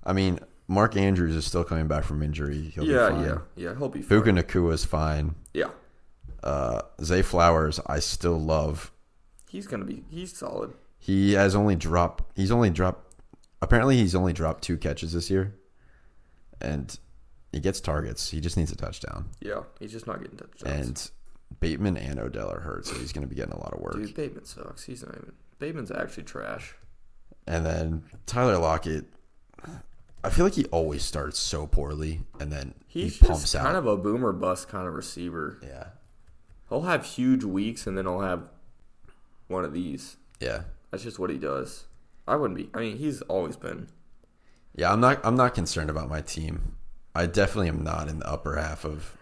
I mean, Mark Andrews is still coming back from injury. He'll
yeah,
be fine.
yeah, yeah. He'll be fine.
Puka Nakua is fine.
Yeah,
Uh, Zay Flowers, I still love.
he's gonna be. He's solid.
He has only dropped. He's only dropped. Apparently, he's only dropped two catches this year, and he gets targets. He just needs a touchdown.
Yeah, he's just not getting touchdowns.
And Bateman and Odell are hurt, so he's going to be getting a lot of work.
Dude, Bateman sucks. He's not even. Bateman's actually trash.
And then Tyler Lockett, I feel like he always starts so poorly, and then
He's
he
just
pumps out.
kind of a boomer bust kind of receiver.
yeah,
He'll have huge weeks and then he'll have one of these.
yeah,
That's just what he does. I wouldn't be. I mean, he's always been.
yeah. I'm not. I'm not concerned about my team. I definitely am not in the upper half of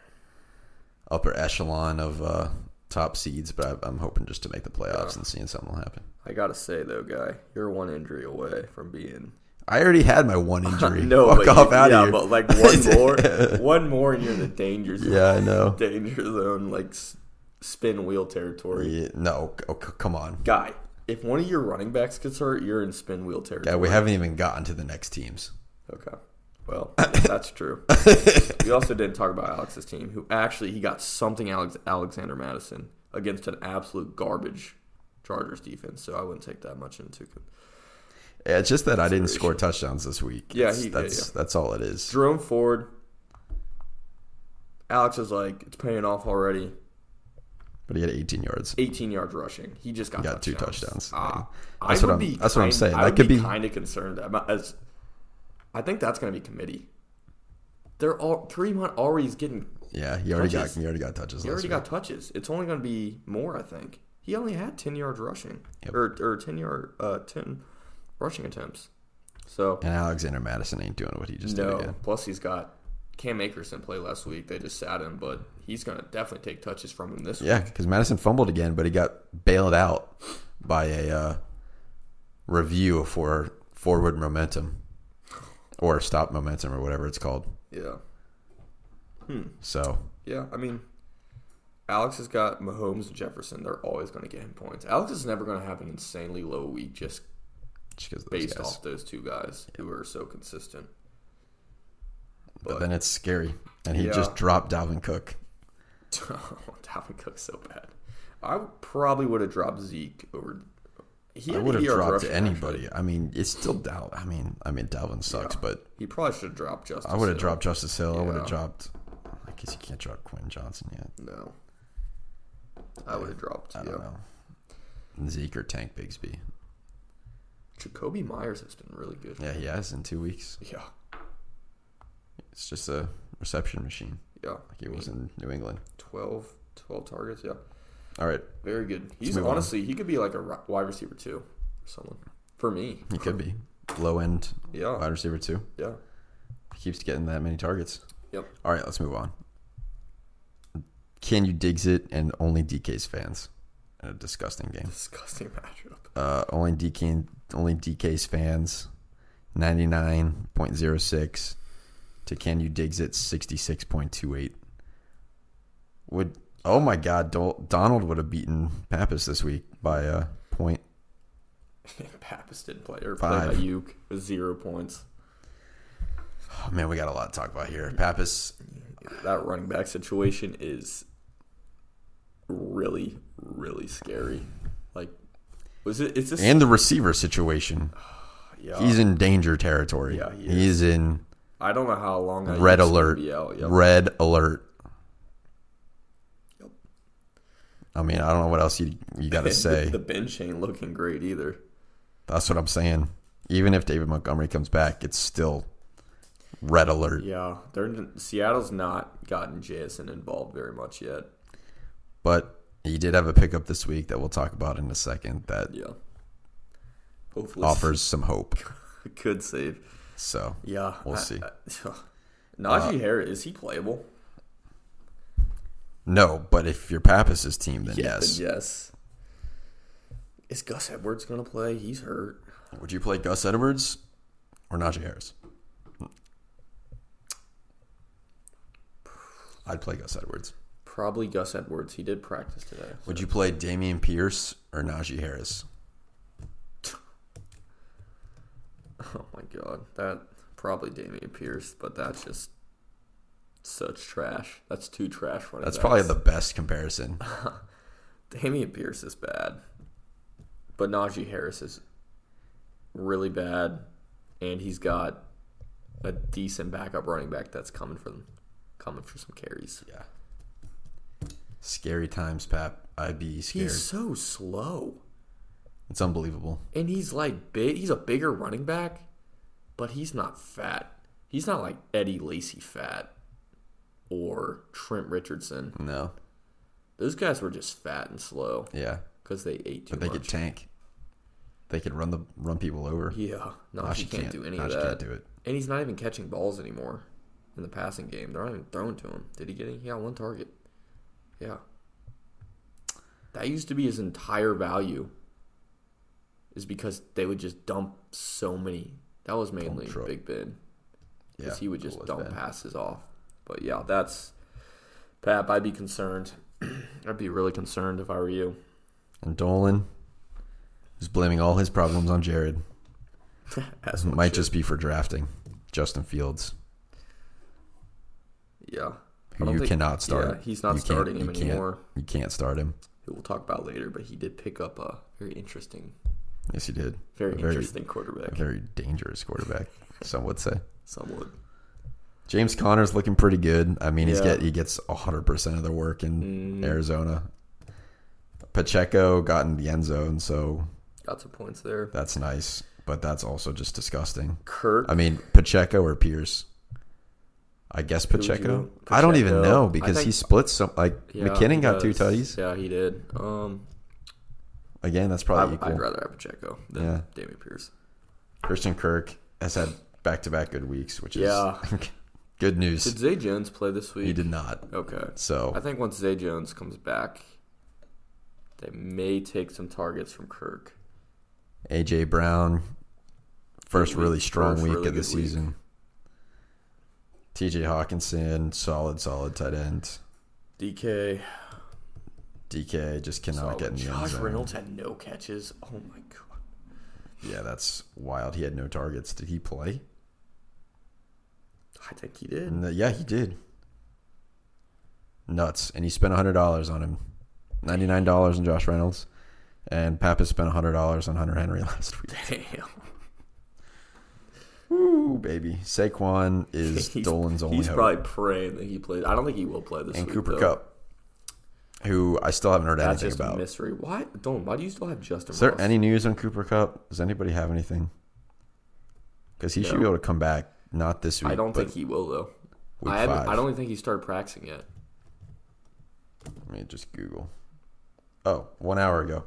upper echelon of uh, top seeds, but I, I'm hoping just to make the playoffs and seeing something will happen.
I gotta say though, guy, you're one injury away from being.
I already had my one injury.
no,
Fuck
but
off
you-
out
yeah,
of here.
but like one more, one more, and you're in the danger zone.
Yeah, I know.
danger zone, like s- spin wheel territory.
Yeah, no, oh, c- come on.
Guy, if one of your running backs gets hurt, you're in spin wheel territory.
Yeah, we haven't even gotten to the next teams.
Okay. Well, that's true. we also didn't talk about Alex's team, who actually he got something Alex Alexander Madison against an absolute garbage Chargers defense. So I wouldn't take that much into. con-
Yeah, it's just that I didn't score touchdowns this week.
Yeah,
It's-
he- yeah,
that's
yeah.
that's all it is.
Jerome Ford. Alex is like it's paying off already.
But he had 18 yards.
18 yards rushing. He just got,
He got two touchdowns.
Ah,
Yeah. That's
I
what
would
I'm-
be
that's what I'm
kind-
saying.
I
That
would
could be-
kind of concerned about as. I think that's going to be committee. They're all Tremont already's getting.
Yeah, he already
Touches.
got he already got touches.
He
last
already
week.
got touches. It's only going to be more. I think he only had 10 yards rushing
Yep.
or or 10 yard uh 10 rushing attempts. So
And Alexander Madison ain't doing what he just did
no.
again.
Plus he's got Cam Akers didn't play last week. They just sat him, but he's going to definitely take touches from him this
Yeah, because Madison fumbled again, but he got bailed out by a uh, review for forward momentum or stop momentum or whatever it's called.
week. Yeah.
So
Yeah, I mean, Alex has got Mahomes and Jefferson. They're always going to get him points. Alex is never going to have an insanely low week just
just because those
based
guys.
off those two guys who are so consistent.
But then it's scary, and he
Yeah.
just dropped Dalvin Cook.
Dalvin Cook's so bad. I probably would have dropped Zeke over. He
I
had
would have
80 yard
dropped
rushing,
anybody.
actually.
I mean, it's still Dal. I mean, I mean Dalvin sucks, but
He probably should have dropped Justin.
I would have
Hill.
dropped Justice Hill. I would
Yeah.
have dropped. I guess you can't drop Quinn Johnson yet.
No. I would have dropped.
I
yeah.
don't know. Zeke or Tank Bigsby.
Jacoby Myers has been really good.
Yeah, he has in two weeks.
Yeah.
It's just a reception machine,
Yeah.
like he was in New England.
12, 12 targets. Yeah.
All right,
Very good. He's
move on.
honestly, he could be like a ri- wide receiver too, for someone. For me,
he could be low end
Yeah.
wide receiver too.
yeah.
He keeps getting that many targets.
Yep.
All right, let's move on. Can you digs it and only DK's fans? In a disgusting game.
Disgusting matchup.
Uh, only DK, only DK's fans. Ninety nine point zero six to can you digs it sixty six point two eight. Would oh my god, Dol- Donald would have beaten Pappas this week by a point.
Pappas didn't play or
Five.
played by Uke with zero points.
Oh, man, we got a lot to talk about here. Pappas,
That running back situation is really, really scary. Like, was it? Is this?
and the receiver situation.
yeah.
He's in danger territory.
Yeah, he
He's in
I don't know how long. that
red
Uke's gonna
alert.
Be out. Yep.
Red alert.
Yep.
I mean, I don't know what else you you got to say.
the bench ain't looking great either.
That's what I'm saying. Even if David Montgomery comes back, it's still red alert.
Yeah, they're Seattle's not gotten Jason involved very much yet.
But he did have a pickup this week that we'll talk about in a second that
Yeah. Hopefully,
offers some hope.
could save.
So
Yeah,
We'll see. Uh,
Najee Harris is he playable?
no, but if you're Pappas's team, then yes.
Then yes. Is Gus Edwards gonna play? He's hurt.
Would you play Gus Edwards or Najee Harris? I'd play Gus Edwards.
Probably Gus Edwards. He did practice today.
Would you play Damian Pierce or Najee Harris?
Oh my god, that probably Damian Pierce, but that's just such trash. That's too trash. running
That's
backs.
probably the best comparison.
Damian Pierce is bad, but Najee Harris is really bad, and he's got a decent backup running back that's coming for them, coming for some carries.
Yeah. Scary times, Pap. I'd be scared.
He's so slow,
It's unbelievable.
and he's like big. He's a bigger running back, but he's not fat. He's not like Eddie Lacy fat or Trent Richardson.
No.
Those guys were just fat and slow
Yeah.
because they ate too
But they
much.
could tank. They could run the run people over.
yeah,
Najee
Najee can't, do any of
Najee
that.
can't do it.
And he's not even catching balls anymore in the passing game. They're not even throwing to him. Did he get any? He got one target. Yeah. That used to be his entire value. Is because they would just dump so many. That was mainly
Pump truck.
Big Ben because he would just
was
dump
bad.
passes off. But yeah, that's Pap. I'd be concerned. I'd be really concerned if I were you.
And Dolan is blaming all his problems on Jared.
As
It
one
might
should.
just be for drafting Justin Fields,
Yeah.
who
don't
you
think-
cannot start.
Yeah, he's not
You can't-
starting him
you can't-
anymore.
You can't start him.
Who we'll talk about later, but he did pick up a very interesting,
Yes, he did.
Very,
A
interesting
a
quarterback.
very dangerous quarterback. some would say
some would.
James Conner's looking pretty good. I mean, he's
Yeah.
get he gets hundred percent of the work in
Mm.
Arizona. Pacheco got in the end zone, so
Got some points there.
that's nice, but that's also just disgusting.
Kirk.
I mean, Pacheco or Pierce? I guess
Who would you
Pacheco.
go?
I don't even
Pacheco.
know
I
because he
think-
splits some. Like
Yeah,
McKinnon
he
got two
does.
tutties.
Yeah, he did. Um,
Again, that's
I,
probably
would
equal.
rather have Pacheco than
Yeah.
Damian Pierce.
Christian Kirk has had back to back good weeks, which is
Yeah.
good news.
did Zay Jones play this week?
he did not.
Okay.
So
I think once Zay Jones comes back, they may take some targets from Kirk.
AJ Brown, first
Good week.
really strong
First
week
really
of the
good week.
season. TJ Hawkinson, solid, solid tight end.
DK.
DK just cannot get in the end
oh, Josh
zone.
Reynolds had no catches. Oh my god.
Yeah, that's wild. He had no targets. Did he play?
I think he did.
And the- yeah, he did. Nuts. And he spent hundred dollars on him. Ninety nine dollars on Josh Reynolds. And Pappas spent hundred dollars on Hunter Henry last week.
Damn.
Woo, baby. Saquon is
He's-
Dolan's only
He's
hope.
probably praying that he played. I don't think he will play this
and
week.
Cooper
though.
Cup, who I still haven't heard
That's
anything
just
about.
a mystery. Why, Dolan? Why do you still have Justin?
Is there
Ross?
any news on Cooper Cup? Does anybody have anything? Because he should be
No.
able to come back. Not this week.
I don't
but
think he will though.
week
I, haven't,
five.
I don't even think he started practicing yet.
Let me just Google. Oh, one hour ago.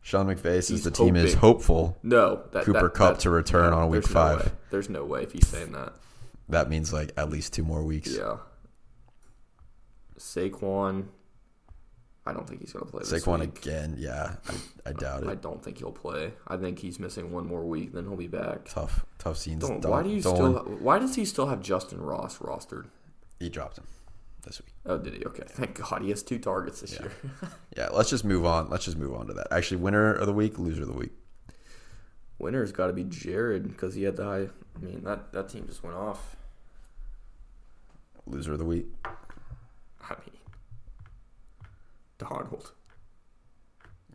Sean McVay says
He's
the team is hopeful.
No, that,
Cooper
that-
Kupp
that-
to return on week
there's no
five.
way. there's no way if he's saying that.
That means like at least two more weeks.
Yeah. Saquon. I don't think he's gonna play. This
Saquon
week.
again. Yeah, I, I doubt it.
I don't think he'll play. I think he's missing one more week, then he'll be back.
tough, tough scenes.
Don't,
Dol-
why do you
Dolan-
still? Why does he still have Justin Ross rostered?
He dropped him this week.
Oh, did he? Okay, thank God he has two targets this year.
Yeah, let's just move on. Let's just move on to that. Actually, winner of the week, loser of the week.
Winner's got to be Jared because he had the high. I mean that that team just went off.
Loser of the week.
I mean, Donald.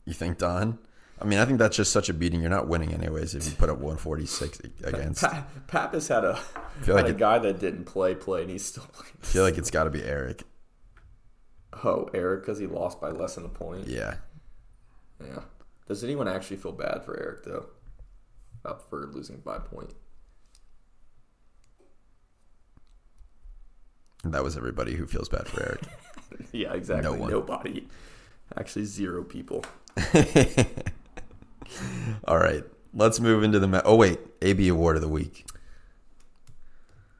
You think Don? I mean, I think that's just such a beating. You're not winning anyways if you put up 146 against. I
Pa- Pappas had a
feel like
had a
it,
guy that didn't play play and he's still playing.
I feel like it's got to be Eric.
Oh, Eric, because he lost by less than a point.
Yeah,
Yeah. Does anyone actually feel bad for Eric though? Up for losing by a point.
that was everybody who feels bad for Eric.
Yeah, exactly.
one.
Nobody. Actually, zero people.
All right, let's move into the. Ma- oh wait, AB award of the week.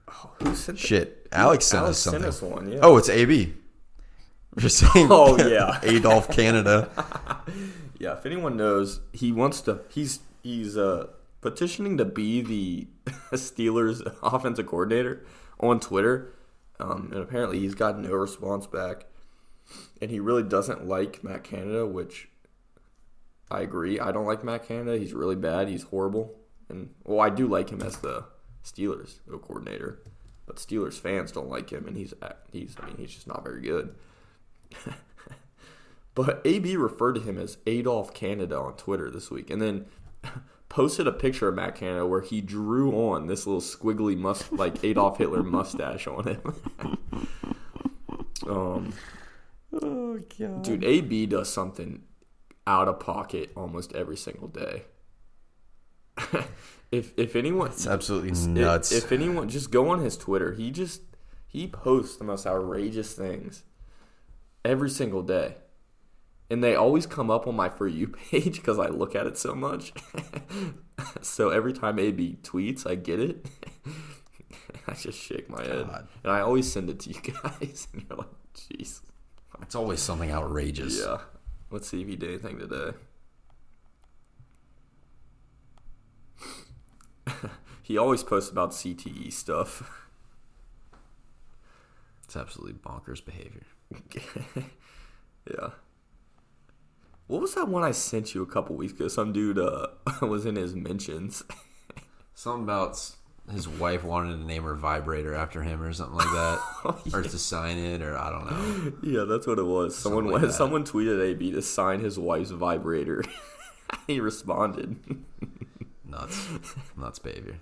Oh, who sent? that?
Shit, Alex sent
Alex
us something.
Sent us one. Yeah.
Oh, it's AB. You're saying?
Oh, yeah.
Adolf Canada.
Yeah, if anyone knows, he wants to. He's he's uh, petitioning to be the Steelers offensive coordinator on Twitter, um, and apparently he's got no response back, and he really doesn't like Matt Canada, which I agree. I don't like Matt Canada. He's really bad. He's horrible. And well, I do like him as the Steelers coordinator, but Steelers fans don't like him, and he's he's I mean he's just not very good. But AB referred to him as Adolf Canada on Twitter this week, and then posted a picture of Matt Canada where he drew on this little squiggly must like Adolf Hitler mustache on him. um,
Oh god.
dude, AB does something out of pocket almost every single day. if if anyone
It's absolutely
if-
nuts.
If, anyone, just go on his Twitter. He just he posts the most outrageous things every single day, and they always come up on my for you page because I look at it so much. so every time AB tweets, I get it. I just shake my head,
God.
and I always send it to you guys, and you're like, "Jeez,
it's always something outrageous.
yeah." Let's see if he did anything today. he always posts about CTE stuff.
It's absolutely bonkers behavior.
yeah. What was that one I sent you a couple weeks ago? Some dude uh, was in his mentions.
Something about s- his wife wanted to name her vibrator after him or something like that, or to sign it, or I don't know.
yeah, that's what it was. Someone
Something like that.
someone tweeted AB to sign his wife's vibrator. he responded.
Nuts, nuts behavior.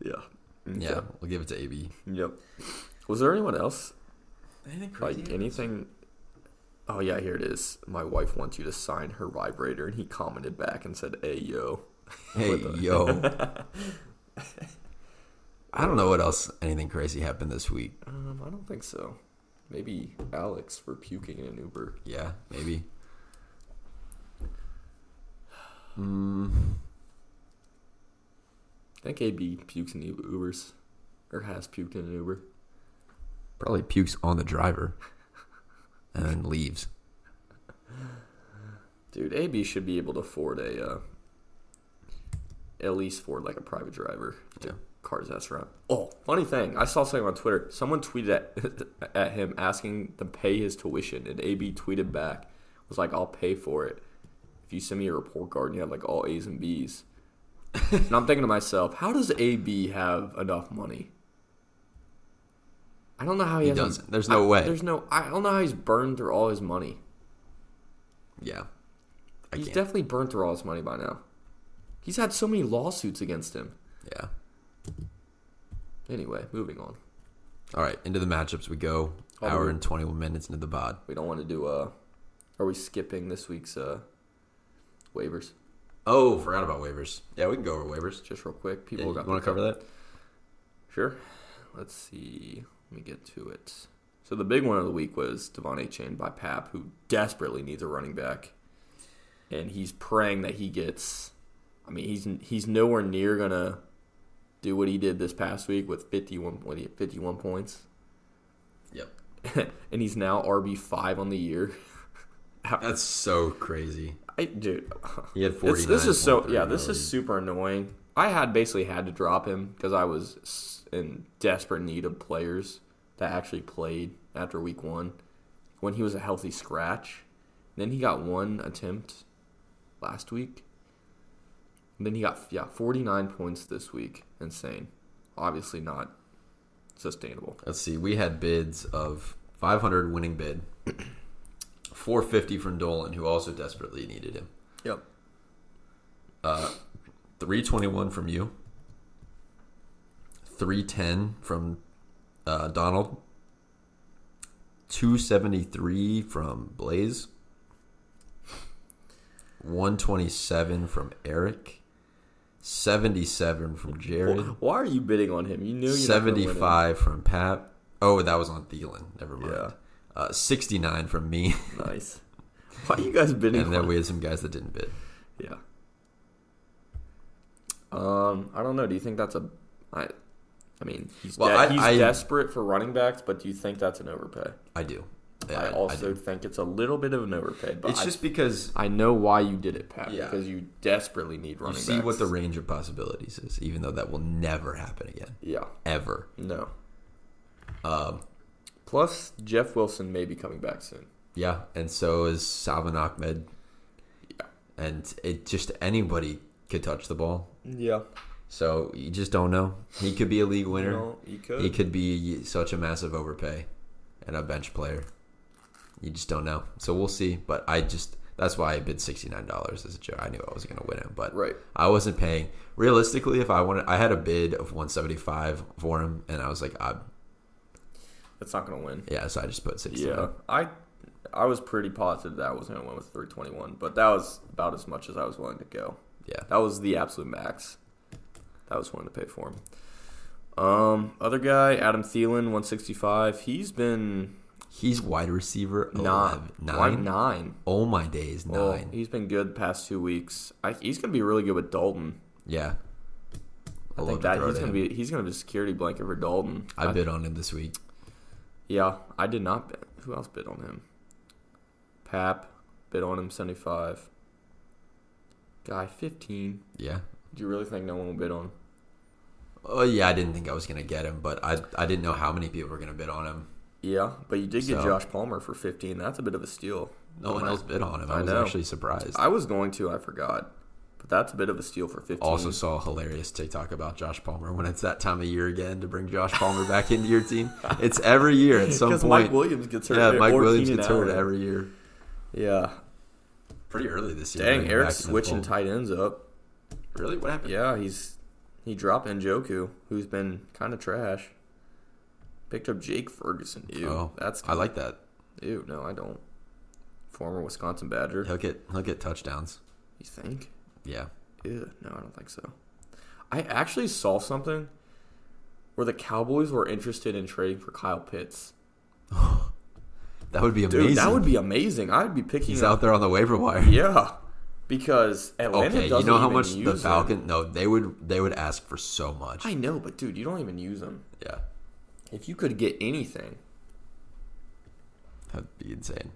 yeah.
Yeah, we'll give it to AB.
Yep. Was there anyone else
Anything
like anything oh yeah here it is my wife wants you to sign her vibrator and he commented back and said hey yo
Hey,
What the-
yo. I don't know what else anything crazy happened this week.
um, i don't think so maybe alex for puking in an uber
Yeah, maybe. Mm,
i think ab pukes in the ubers or has puked in an uber
probably pukes on the driver and then leaves.
dude ab should be able to afford a uh, at least afford like a private driver
Yeah.
cars restaurant oh funny thing i saw something on twitter someone tweeted at, at him asking to pay his tuition and ab tweeted back was like i'll pay for it if you send me a report card and you have like all a's and b's and i'm thinking to myself how does ab have enough money i don't know how he,
He
hasn't-
doesn't. There's no
I-
way.
there's no i don't know how he's burned through all his money
Yeah. I
He's
can't.
definitely burnt through all his money by now. He's had so many lawsuits against him.
yeah.
Anyway, moving on.
All right, into the matchups we go.
Oh,
Hour
we-
and 21 minutes into the bod.
We don't want to do uh are we skipping this week's uh waivers?
Oh, forgot about waivers. Yeah, we can go over waivers.
Just real quick.
Yeah,
People
you
got
want to
picked
cover
up.
that?
Sure. Let's see. Let me get to it. So the big one of the week was Devon A. Chain by Pap, who desperately needs a running back. And he's praying that he gets I mean, he's he's nowhere near gonna do what he did this past week with 51, what, he- 51 points.
Yep.
and he's now RB five on the year.
That's so crazy.
I, dude,
He had
it's,
49.
this is so yeah. This is super annoying. I had basically had to drop him because I was s- in desperate need of players that actually played after week one when he was a healthy scratch. Then he got one attempt last week. And then he got yeah forty nine points this week. Insane. Obviously not sustainable.
Let's see. We had bids of 500 winning bid, 450 from Dolan, who also desperately needed him.
Yep.
321 from you. 310 from uh, Donald. 273 from Blaze. 127 from Eric. 77 from Jared.
Why are you bidding on him? You knew you're not gonna win him.
75 from Pat. Oh, that was on Thielen. Never mind.
Yeah.
Uh, 69 from me.
Nice. Why are you guys bidding?
and then
on-
we had some guys that didn't bid.
yeah. Um, I don't know. Do you think that's a? I, I mean, he's,
Well,
de-
I-
he's
I-
desperate for running backs, but do you think that's an overpay?
I do. Yeah,
I
do.
also think it's a little bit of an overpay, but
It's
I,
just because
I know why you did it, Pat,
Yeah.
because you desperately need
you
running
see
backs.
what the range of possibilities is, even though that will never happen again.
yeah
Ever.
no.
Um,
Plus, Jeff Wilson may be coming back soon.
yeah, and so is Salvin Ahmed. And it just anybody could touch the ball.
Yeah,
So you just don't know. He could be a league winner.
he
He could be such a massive overpay and a bench player. You just don't know. So we'll see. But I just that's why I bid sixty nine dollars as a joke. I knew I was gonna win him, but
Right.
I wasn't paying realistically if I wanted I had a bid of one seventy five for him and I was like I
That's not gonna win.
yeah, so I just put sixty nine.
Yeah, I I was pretty positive that I was going to win with 321, but that was about as much as I was willing to go.
Yeah.
That was the absolute max. That was willing to pay for him. Um, other guy, Adam Thielen, 165. He's been
He's wide receiver
not
11,
nine.
nine. Oh my days, nine.
Well, he's been good the past two weeks. I, he's going to be really good with Dalton.
yeah.
I,
love
think
to
that
throw
he's
to
going to
him.
be he's going to be a security blanket for Dalton.
I bid on him this week.
Yeah, I did not. bid Who else bid on him? Pap bid on him seventy five. Guy fifteen.
Yeah.
Do you really think no one will bid on? him?
Oh yeah, I didn't think I was gonna get him, but I I didn't know how many people were gonna bid on him.
Yeah, but you did get
So-
Josh Palmer for 15. That's a bit of a steal.
No one
I-
else bid on him. I,
I
was
know.
actually surprised.
I was going to, I forgot. But that's a bit of a steal for 15.
also saw a hilarious TikTok about Josh Palmer when it's that time of year again to bring Josh Palmer back into your team. It's every year at some
because
point.
Mike Williams gets hurt.
yeah,
or
Mike Williams
Keenan
gets hurt
Allen.
every year.
Yeah.
Pretty early this year.
Dang,
bringing him
Eric's
back into the
switching
fold.
tight ends up.
Really? What happened?
Yeah, he's he dropped Njoku, who's been kind of trash. Picked up Jake Ferguson. Ew,
oh,
that's
I like that.
Ew, no, I don't. Former Wisconsin Badger.
He'll get he'll get touchdowns.
You think?
Yeah.
Ew, no, I don't think so. I actually saw something where the Cowboys were interested in trading for Kyle Pitts.
That would be
Dude,
amazing.
that would be amazing. I'd be picking
He's
up.
out there on the waiver wire.
Yeah, because Atlanta
okay, you
doesn't
know how
even
much the
use him.
Falcon no, they would they would ask for so much.
I know, but dude, you don't even use them.
yeah.
If you could get anything,
That'd be insane.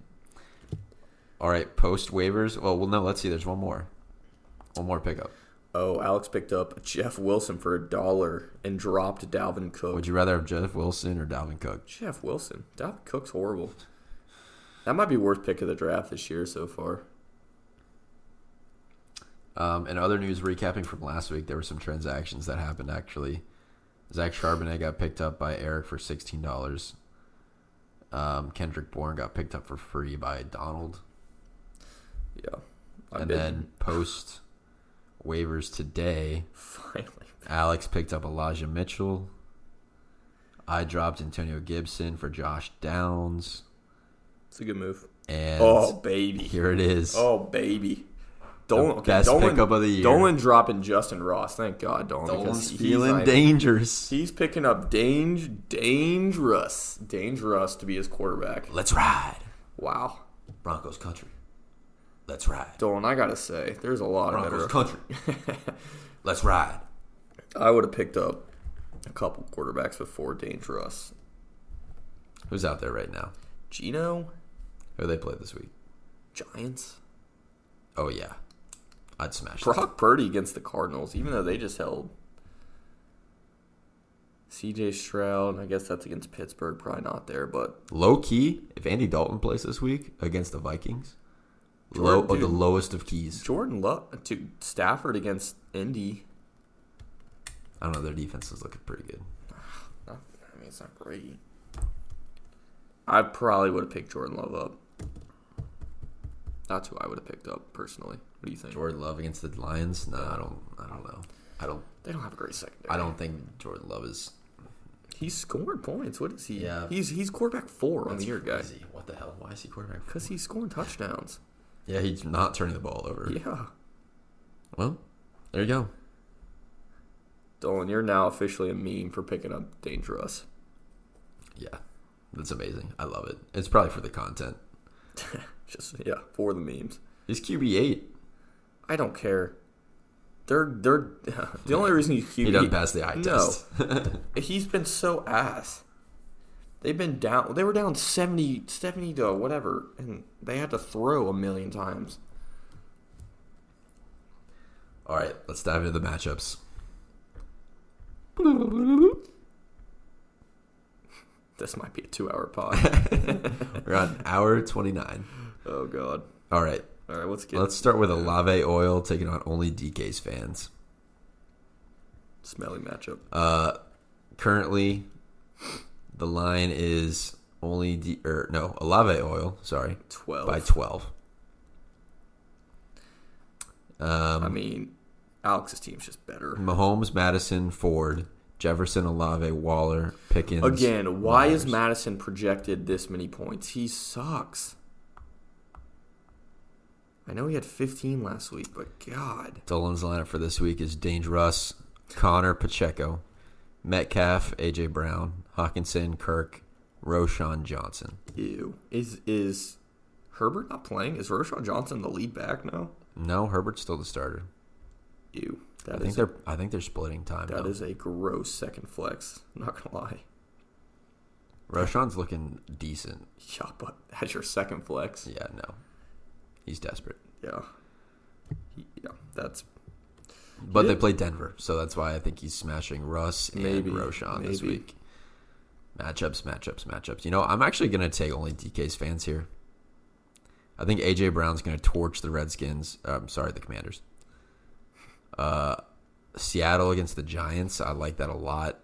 All right, post waivers. Well, well, no. Let's see. There's one more, one more pickup.
oh, Alex picked up Jeff Wilson for a dollar and dropped Dalvin Cook.
Would you rather have Jeff Wilson or Dalvin Cook?
Jeff Wilson, Dalvin Cook's horrible. That might be worst pick of the draft this year so far.
Um, and other news, recapping from last week, there were some transactions that happened. Actually, Zach Charbonnet got picked up by Eric for sixteen dollars. Um, Kendrick Bourne got picked up for free by Donald.
Yeah, I've
and
been
then post waivers today,
finally.
Alex picked up Elijah Mitchell. I dropped Antonio Gibson for Josh Downs.
It's a good move.
And
Oh baby,
here it is.
oh baby. Dolan, okay,
best
Dolan,
pickup of the year.
Dolan dropping Justin Ross. Thank God, Dolan.
Dolan's
because he's
feeling
not-
dangerous.
He's picking up Dange, Dangerous, Dangerous to be his quarterback.
Let's ride.
Wow.
Broncos country. Let's ride.
Dolan, I gotta say, there's a lot of better.
country. Let's ride.
I would have picked up a couple quarterbacks before Dangerous.
Who's out there right now?
Gino,
Who they play this week?
Giants,
Oh yeah, I'd smash. them.
Brock Purdy against the Cardinals, even though they just held. C.J. Stroud, I guess that's against Pittsburgh, probably not there, but
Low key, if Andy Dalton plays this week against the Vikings, low
Jordan,
oh, the
dude.
lowest of keys.
Jordan Love, dude, Stafford against Indy.
I don't know. Their defense is looking pretty good.
Not, I mean, it's not great. I probably would have picked Jordan Love up. That's who I would have picked up personally. What do you think?
Jordan Love against the Lions? No, I don't. I don't know. I don't.
They don't have a great secondary.
I don't think Jordan Love is.
He's scored points. What is he?
Yeah.
He's he's quarterback four on
That's
the year, guys.
crazy. What the hell? Why is he quarterback?
Because he's scoring touchdowns.
Yeah, he's not turning the ball over.
Yeah.
Well, there you go.
Dolan, you're now officially a meme for picking up Dangerous.
Yeah, that's amazing. I love it. It's probably for the content.
Just yeah, for the memes.
He's QB eight.
I don't care. They're they're the only reason he's QB.
He doesn't pass the eye
No.
test.
He's been so ass. They've been down. They were down 70, 70 to whatever, and they had to throw a million times.
All right, let's dive into the matchups.
This might be a two-hour pod.
We're on hour twenty nine.
oh God!
All right,
All right, let's get
let's start with Alave Oil taking on only DK's fans.
smelly matchup.
Uh, currently, the line is only D or no Alave Oil. Sorry,
Twelve.
by twelve. Um, Mm,
I mean, Alex's team's just better.
Mahomes, Madison, Ford, Jefferson, Alave, Waller, Pickens.
Again, why is
Myers.
Madison projected this many points? He sucks. I know he had 15 last week, but God,
Dolan's lineup for this week is Dangerous, Connor Pacheco, Metcalf, AJ Brown, Hawkinson, Kirk, Roshan Johnson.
ew. Is is Herbert not playing? Is Roshan Johnson the lead back now?
No, Herbert's still the starter.
Ew.
I
That
think
is a,
they're I think they're splitting time.
that
now.
is a gross second flex. I'm not gonna lie.
Roshan's looking decent.
Yeah, but that's your second flex.
Yeah, no. He's desperate.
Yeah. He- Yeah, that's
But
Yeah.
they play Denver, so that's why I think he's smashing Russ and
Maybe,
Roshan this
maybe.
week. Matchups, matchups, matchups. You know, I'm actually going to take only DK's fans here. I think AJ Brown's going to torch the Redskins. I'm sorry, the Commanders. Uh, Seattle against the Giants. I like that a lot.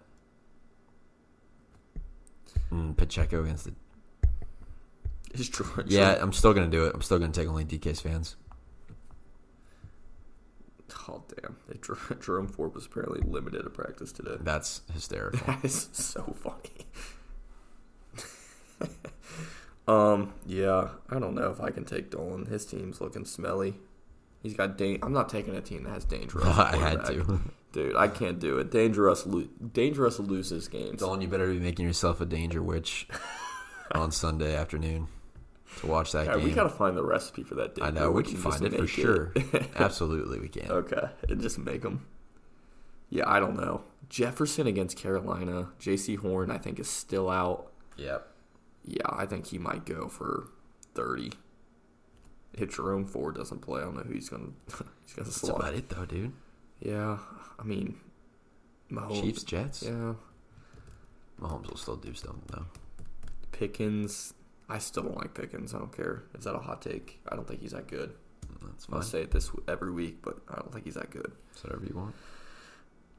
Mm, Pacheco against the.
Is George
Yeah, um, I'm still going to do it. I'm still going to take only DK's fans.
Oh damn! They, Jer- Jerome Ford was apparently limited to practice today.
That's hysterical.
That is so funny. um, yeah, I don't know if I can take Dolan. His team's looking smelly. He's got Dan- I'm not taking a team that has dangerous.
I had to.
dude. I can't do it. Dangerous, lo- dangerous loses games.
Dolan, you better be making yourself a danger witch on Sunday afternoon to watch that
Yeah,
game.
we gotta find the recipe for that.
I
danger.
know we can
just
find it for
make
sure. Absolutely, we can.
Okay, and just make them. Yeah, I don't know. Jefferson against Carolina. J.C. Horn, I think, is still out.
Yep.
Yeah, I think he might go for thirty. If Jerome Ford doesn't play, I don't know who he's gonna he's gonna
That's
slot.
about it, though, dude.
Yeah, I mean, Mahomes.
Chiefs, Jets.
Oh, Yeah,
Mahomes will still do something though.
Pickens. I still don't like Pickens. I don't care. Is that a hot take? I don't think he's that good.
That's
I
fine.
say it this every week, but I don't think he's that good.
It's whatever you want.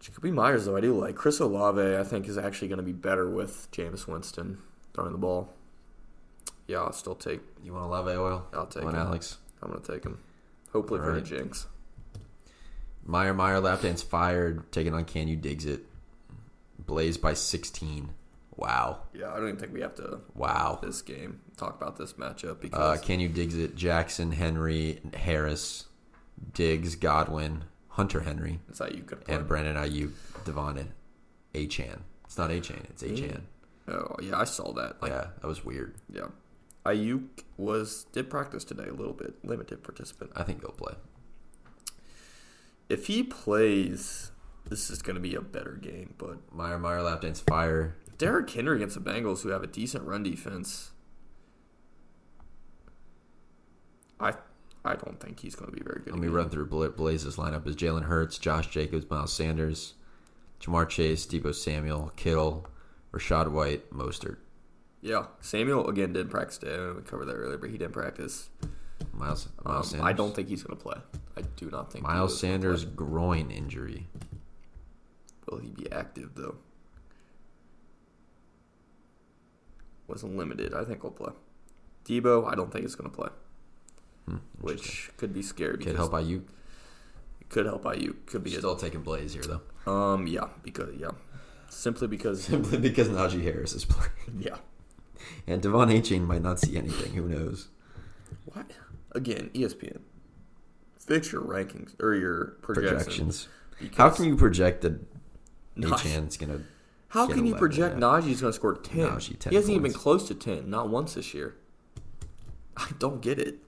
Jacoby Myers, though, I do like. Chris Olave, I think, is actually going to be better with Jameis Winston throwing the ball. Yeah, I'll still take.
You want to love oil?
I'll take
Come on,
him.
Alex.
I'm going to take him. Hopefully for
All
the
right.
jinx.
Meyer Meyer lap dance fired. Taking on Can you digs it? Blaze by 16. Wow.
Yeah, I don't even think we have to
Wow.
this game talk about this matchup
Uh,
because
can you digs it? Jackson, Henry, Harris, Diggs, Godwin, Hunter Henry.
it's how you could play.
and Brandon Ayuk, Devon, Achan. It's not Achan, it's Achan.
Oh yeah, I saw that. Like,
yeah, that was weird.
yeah. Ayuk was did practice today a little bit, limited participant.
I think he'll play.
If he plays, this is going to be a better game. But
Meyer Meyer lap dance fire.
Derrick Henry against the Bengals, who have a decent run defense, I I don't think he's going to be very good.
Let me
again.
run through Bla- Blaze's lineup is Jalen Hurts, Josh Jacobs, Miles Sanders, Jamar Chase, Debo Samuel, Kittle, Rashad White, Mostert.
Yeah, Samuel again didn't practice today. I know we covered that earlier, but he didn't practice.
Miles
Um,
Miles Sanders.
I don't think he's going to play. I do not think he
Miles
is gonna
Sanders
play.
groin injury.
Will he be active though? Was limited. I think he'll play. Debo, I don't think he's going to play,
Hmm, interesting.
which could be scary.
could
because
help Ayuk.
it Could help you. Could be
Still taking Blaze here though,
a, um yeah because yeah simply because
simply because Najee Harris is playing,
yeah
and Devon Achan might not see anything. Who knows?
What? Again, E ESPN. Fix your rankings or your projections.
Projections.
because-
How can you project that
Nice.
Achan's gonna?
How
get
can you
11
project
and a
Najee's going to score ten?
Najee, 10
He hasn't even been
points.
close to ten, not once this year. I don't get it.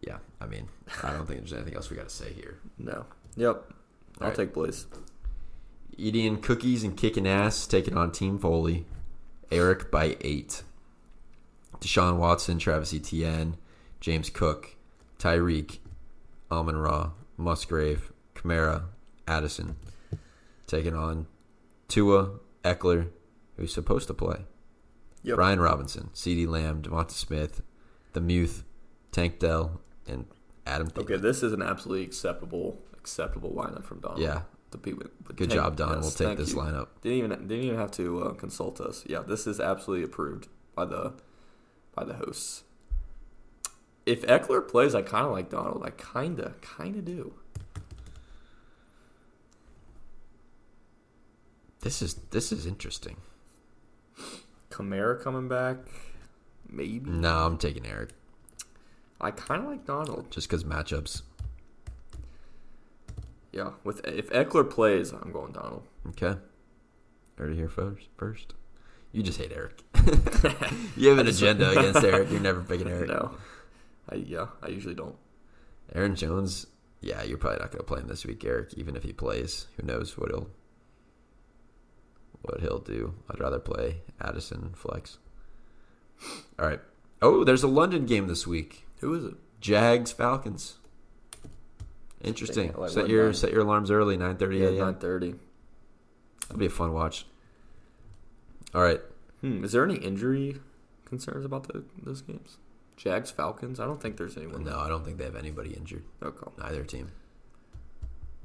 Yeah, I mean, I don't think there's anything else we got to say here.
No. Yep. I'll
right.
take Blaze.
Eating cookies and kicking ass, taking on Team Foley. Eric by eight. Deshaun Watson, Travis Etienne, James Cook, Tyreek, Amon Ra, Musgrave, Kamara, Addison. Taking on Tua, Eckler, who's supposed to play.
Yep.
Brian Robinson, C.D. Lamb, Devonta Smith, The Muth, Tank Dell, and Adam Thielen.
Okay, this is an absolutely acceptable, acceptable lineup from Don.
Yeah.
The P- with- with
Good
ten-
job, Don.
yes,
we'll take
thank
this
you.
lineup.
Didn't even didn't even have to uh, consult us. Yeah, this is absolutely approved by the by the hosts. If Eckler plays, I kind of like Donald. I kinda kinda do.
This is this is interesting.
Kamara coming back, maybe.
No, I'm taking Eric
I kind of like Donald.
just because matchups.
Yeah, with if Eckler plays, I'm going Donald.
Okay, heard it here first. First, you just hate Eric. you have an agenda against Eric. You're never picking Eric.
No, I yeah, I usually don't.
Aaron Jones. Yeah, you're probably not going to play him this week, Eric. Even if he plays, who knows what he'll what he'll do. I'd rather play Addison flex. All right. Oh, there's a London game this week.
Who is it?
Jags Falcons. Interesting.
Like,
set
what
your
time?
set your alarms early, nine thirty
Yeah,
a.m.
nine thirty.
That'll be a fun watch. All right.
Hmm. Is there any injury concerns about the, those games? Jags Falcons. I don't think there's anyone.
No, I don't think they have anybody injured.
Okay.
Neither team.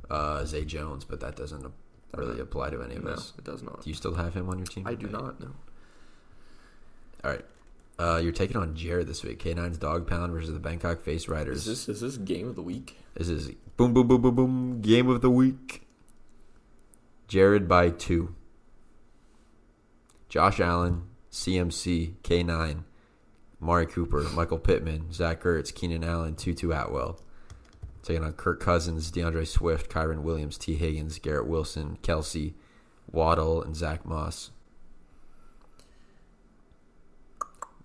Uh, Zay Jones, but that doesn't really apply to any of
No,
us.
it does not.
Do you still have him on your team?
I do
Right.
not know.
All right. Uh, you're taking on Jared this week. K9's Dog Pound versus the Bangkok Face Riders.
Is this is this game of the week?
This is boom, boom, boom, boom, boom. Game of the week. Jared by two. Josh Allen, CMC, K9, Mari Cooper, Michael Pittman, Zach Ertz, Keenan Allen, Tutu Atwell. Taking on Kirk Cousins, DeAndre Swift, Kyron Williams, T. Higgins, Garrett Wilson, Kelsey, Waddle, and Zach Moss.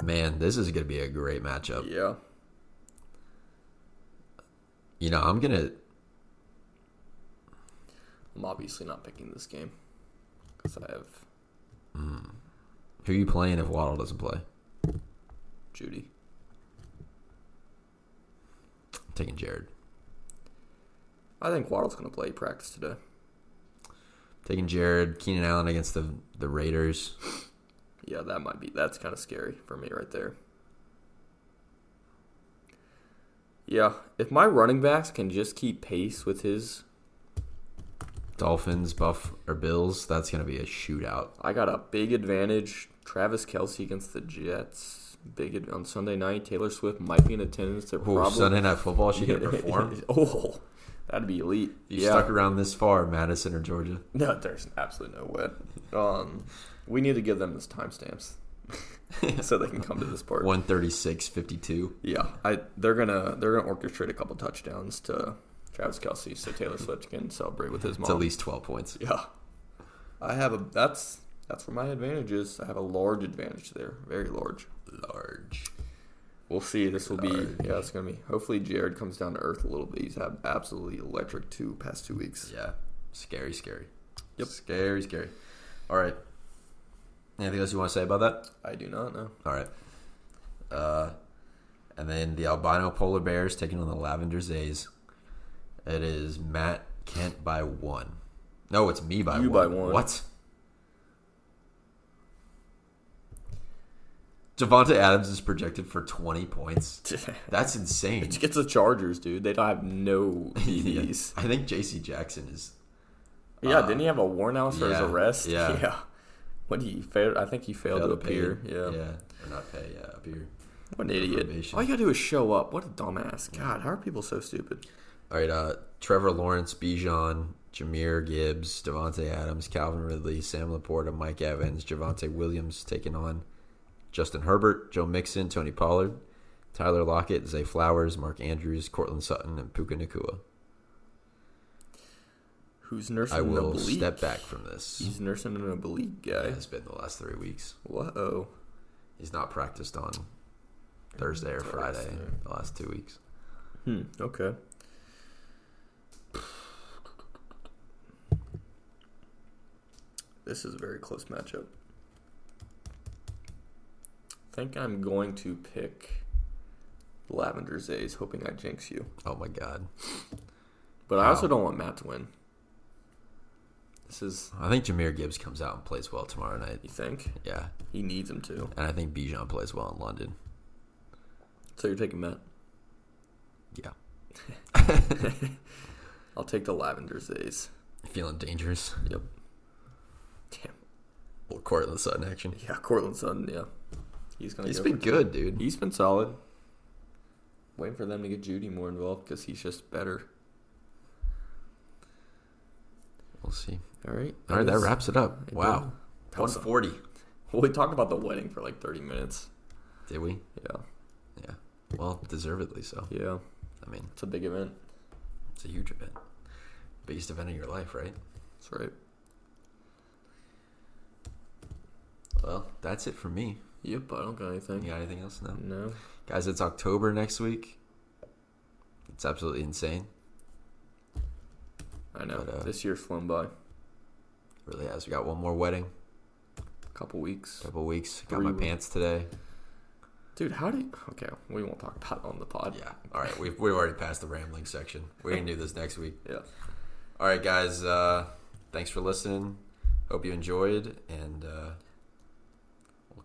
Man, this is going to be a great matchup.
Yeah.
You know, I'm going to.
I'm obviously not picking this game because I have
Who you playing if Waddle doesn't play?
Judy.
taking Jared.
I think Waddle's going to play practice today.
Taking Jared, Keenan Allen against the the Raiders.
Yeah, that might be. That's kind of scary for me right there. Yeah, if my running backs can just keep pace with his,
Dolphins, Buff or Bills, that's gonna be a shootout.
I got a big advantage. Travis Kelsey against the Jets. Big ad- on Sunday night. Taylor Swift might be in attendance. They're
Ooh,
probably
Sunday night football, she gonna perform.
oh, that'd be elite.
You
yeah.
stuck around this far, Madison or Georgia.
No, there's absolutely no way. Um, we need to give them this timestamps so they can come to this part.
136, 52.
Yeah, I they're gonna they're gonna orchestrate a couple touchdowns to Travis Kelsey, so Taylor Swift can celebrate with his mom.
It's at least twelve points.
Yeah, I have a that's that's where my advantage is. I have a large advantage there, very large.
Large.
We'll see. This will be yeah, it's gonna be. Hopefully, Jared comes down to earth a little bit. He's had absolutely electric two past two weeks.
Yeah. Scary, scary.
Yep.
Scary, scary. All right. Anything else you want to say about that?
I do not know.
All right. Uh, and then the albino polar bears taking on the lavender zays. It is Matt Kent by one. No, it's me by
You
one.
by one.
What? Javante Adams is projected for twenty points. That's insane.
It's the Chargers, dude. They don't have no
Yeah.
DBs.
I think J.C. Jackson is.
Yeah,
Uh,
didn't he have a warrant out for his
yeah,
arrest?
yeah.
What he failed? I think he failed,
gotta
to appear.
pay-
Yeah.
yeah, or not pay. Yeah, appear.
What an idiot!
Probation.
All you gotta do is show up. What a dumbass! God, how are people so stupid?
All right, uh, Trevor Lawrence, Bijan, Jameer Gibbs, Devontae Adams, Calvin Ridley, Sam Laporta, Mike Evans, Javante Williams taking on Justin Herbert, Joe Mixon, Tony Pollard, Tyler Lockett, Zay Flowers, Mark Andrews, Cortland Sutton, and Puka Nakua.
Who's nursing
I
an
will
oblique?
step back from this.
He's nursing an oblique
It
guy.
has been the last three weeks.
Whoa.
He's not practiced on Thursday or Friday the last two weeks.
Hmm. Okay. This is a very close matchup. I think I'm going to pick Lavender Zays, hoping I jinx you.
Oh my God!
But I
Wow.
also don't want Matt to win. This is,
I think Jameer Gibbs comes out and plays well tomorrow night.
you think?
Yeah,
He needs him to.
and I think Bijan plays well in London.
So you're taking Matt.
Yeah,
I'll take the Lavender Zays.
feeling dangerous.
Yep. Damn.
Well, Cortland Sutton action.
Yeah, Cortland Sutton, yeah. He's going to
He's been good, dude.
He's been solid. Waiting for them to get Judy more involved because he's just better.
We'll see.
All right.
All right, that
is-
wraps it up.
it
Wow,
did.
one forty.
Well, we talked about the wedding for like 30 minutes.
Did we?
Yeah.
Yeah. Well, deservedly so.
Yeah.
I mean,
It's a big event.
it's a huge event, biggest event of your life, right?
That's right.
Well, that's it for me.
Yep, I don't got anything.
You got anything else? No,
No.
guys. It's October next week. It's absolutely insane.
I know.
But, uh,
this year's flown by. A
Really has. We got one more wedding.
couple weeks.
Couple weeks. Got
Three
my
weeks.
pants today.
Dude, how do you? Okay, we won't talk about it on the pod.
Yeah. All right. We've, we've already passed the rambling section. We can do this next week.
Yeah.
All right, guys. Uh, thanks for listening. Hope you enjoyed, and uh, we'll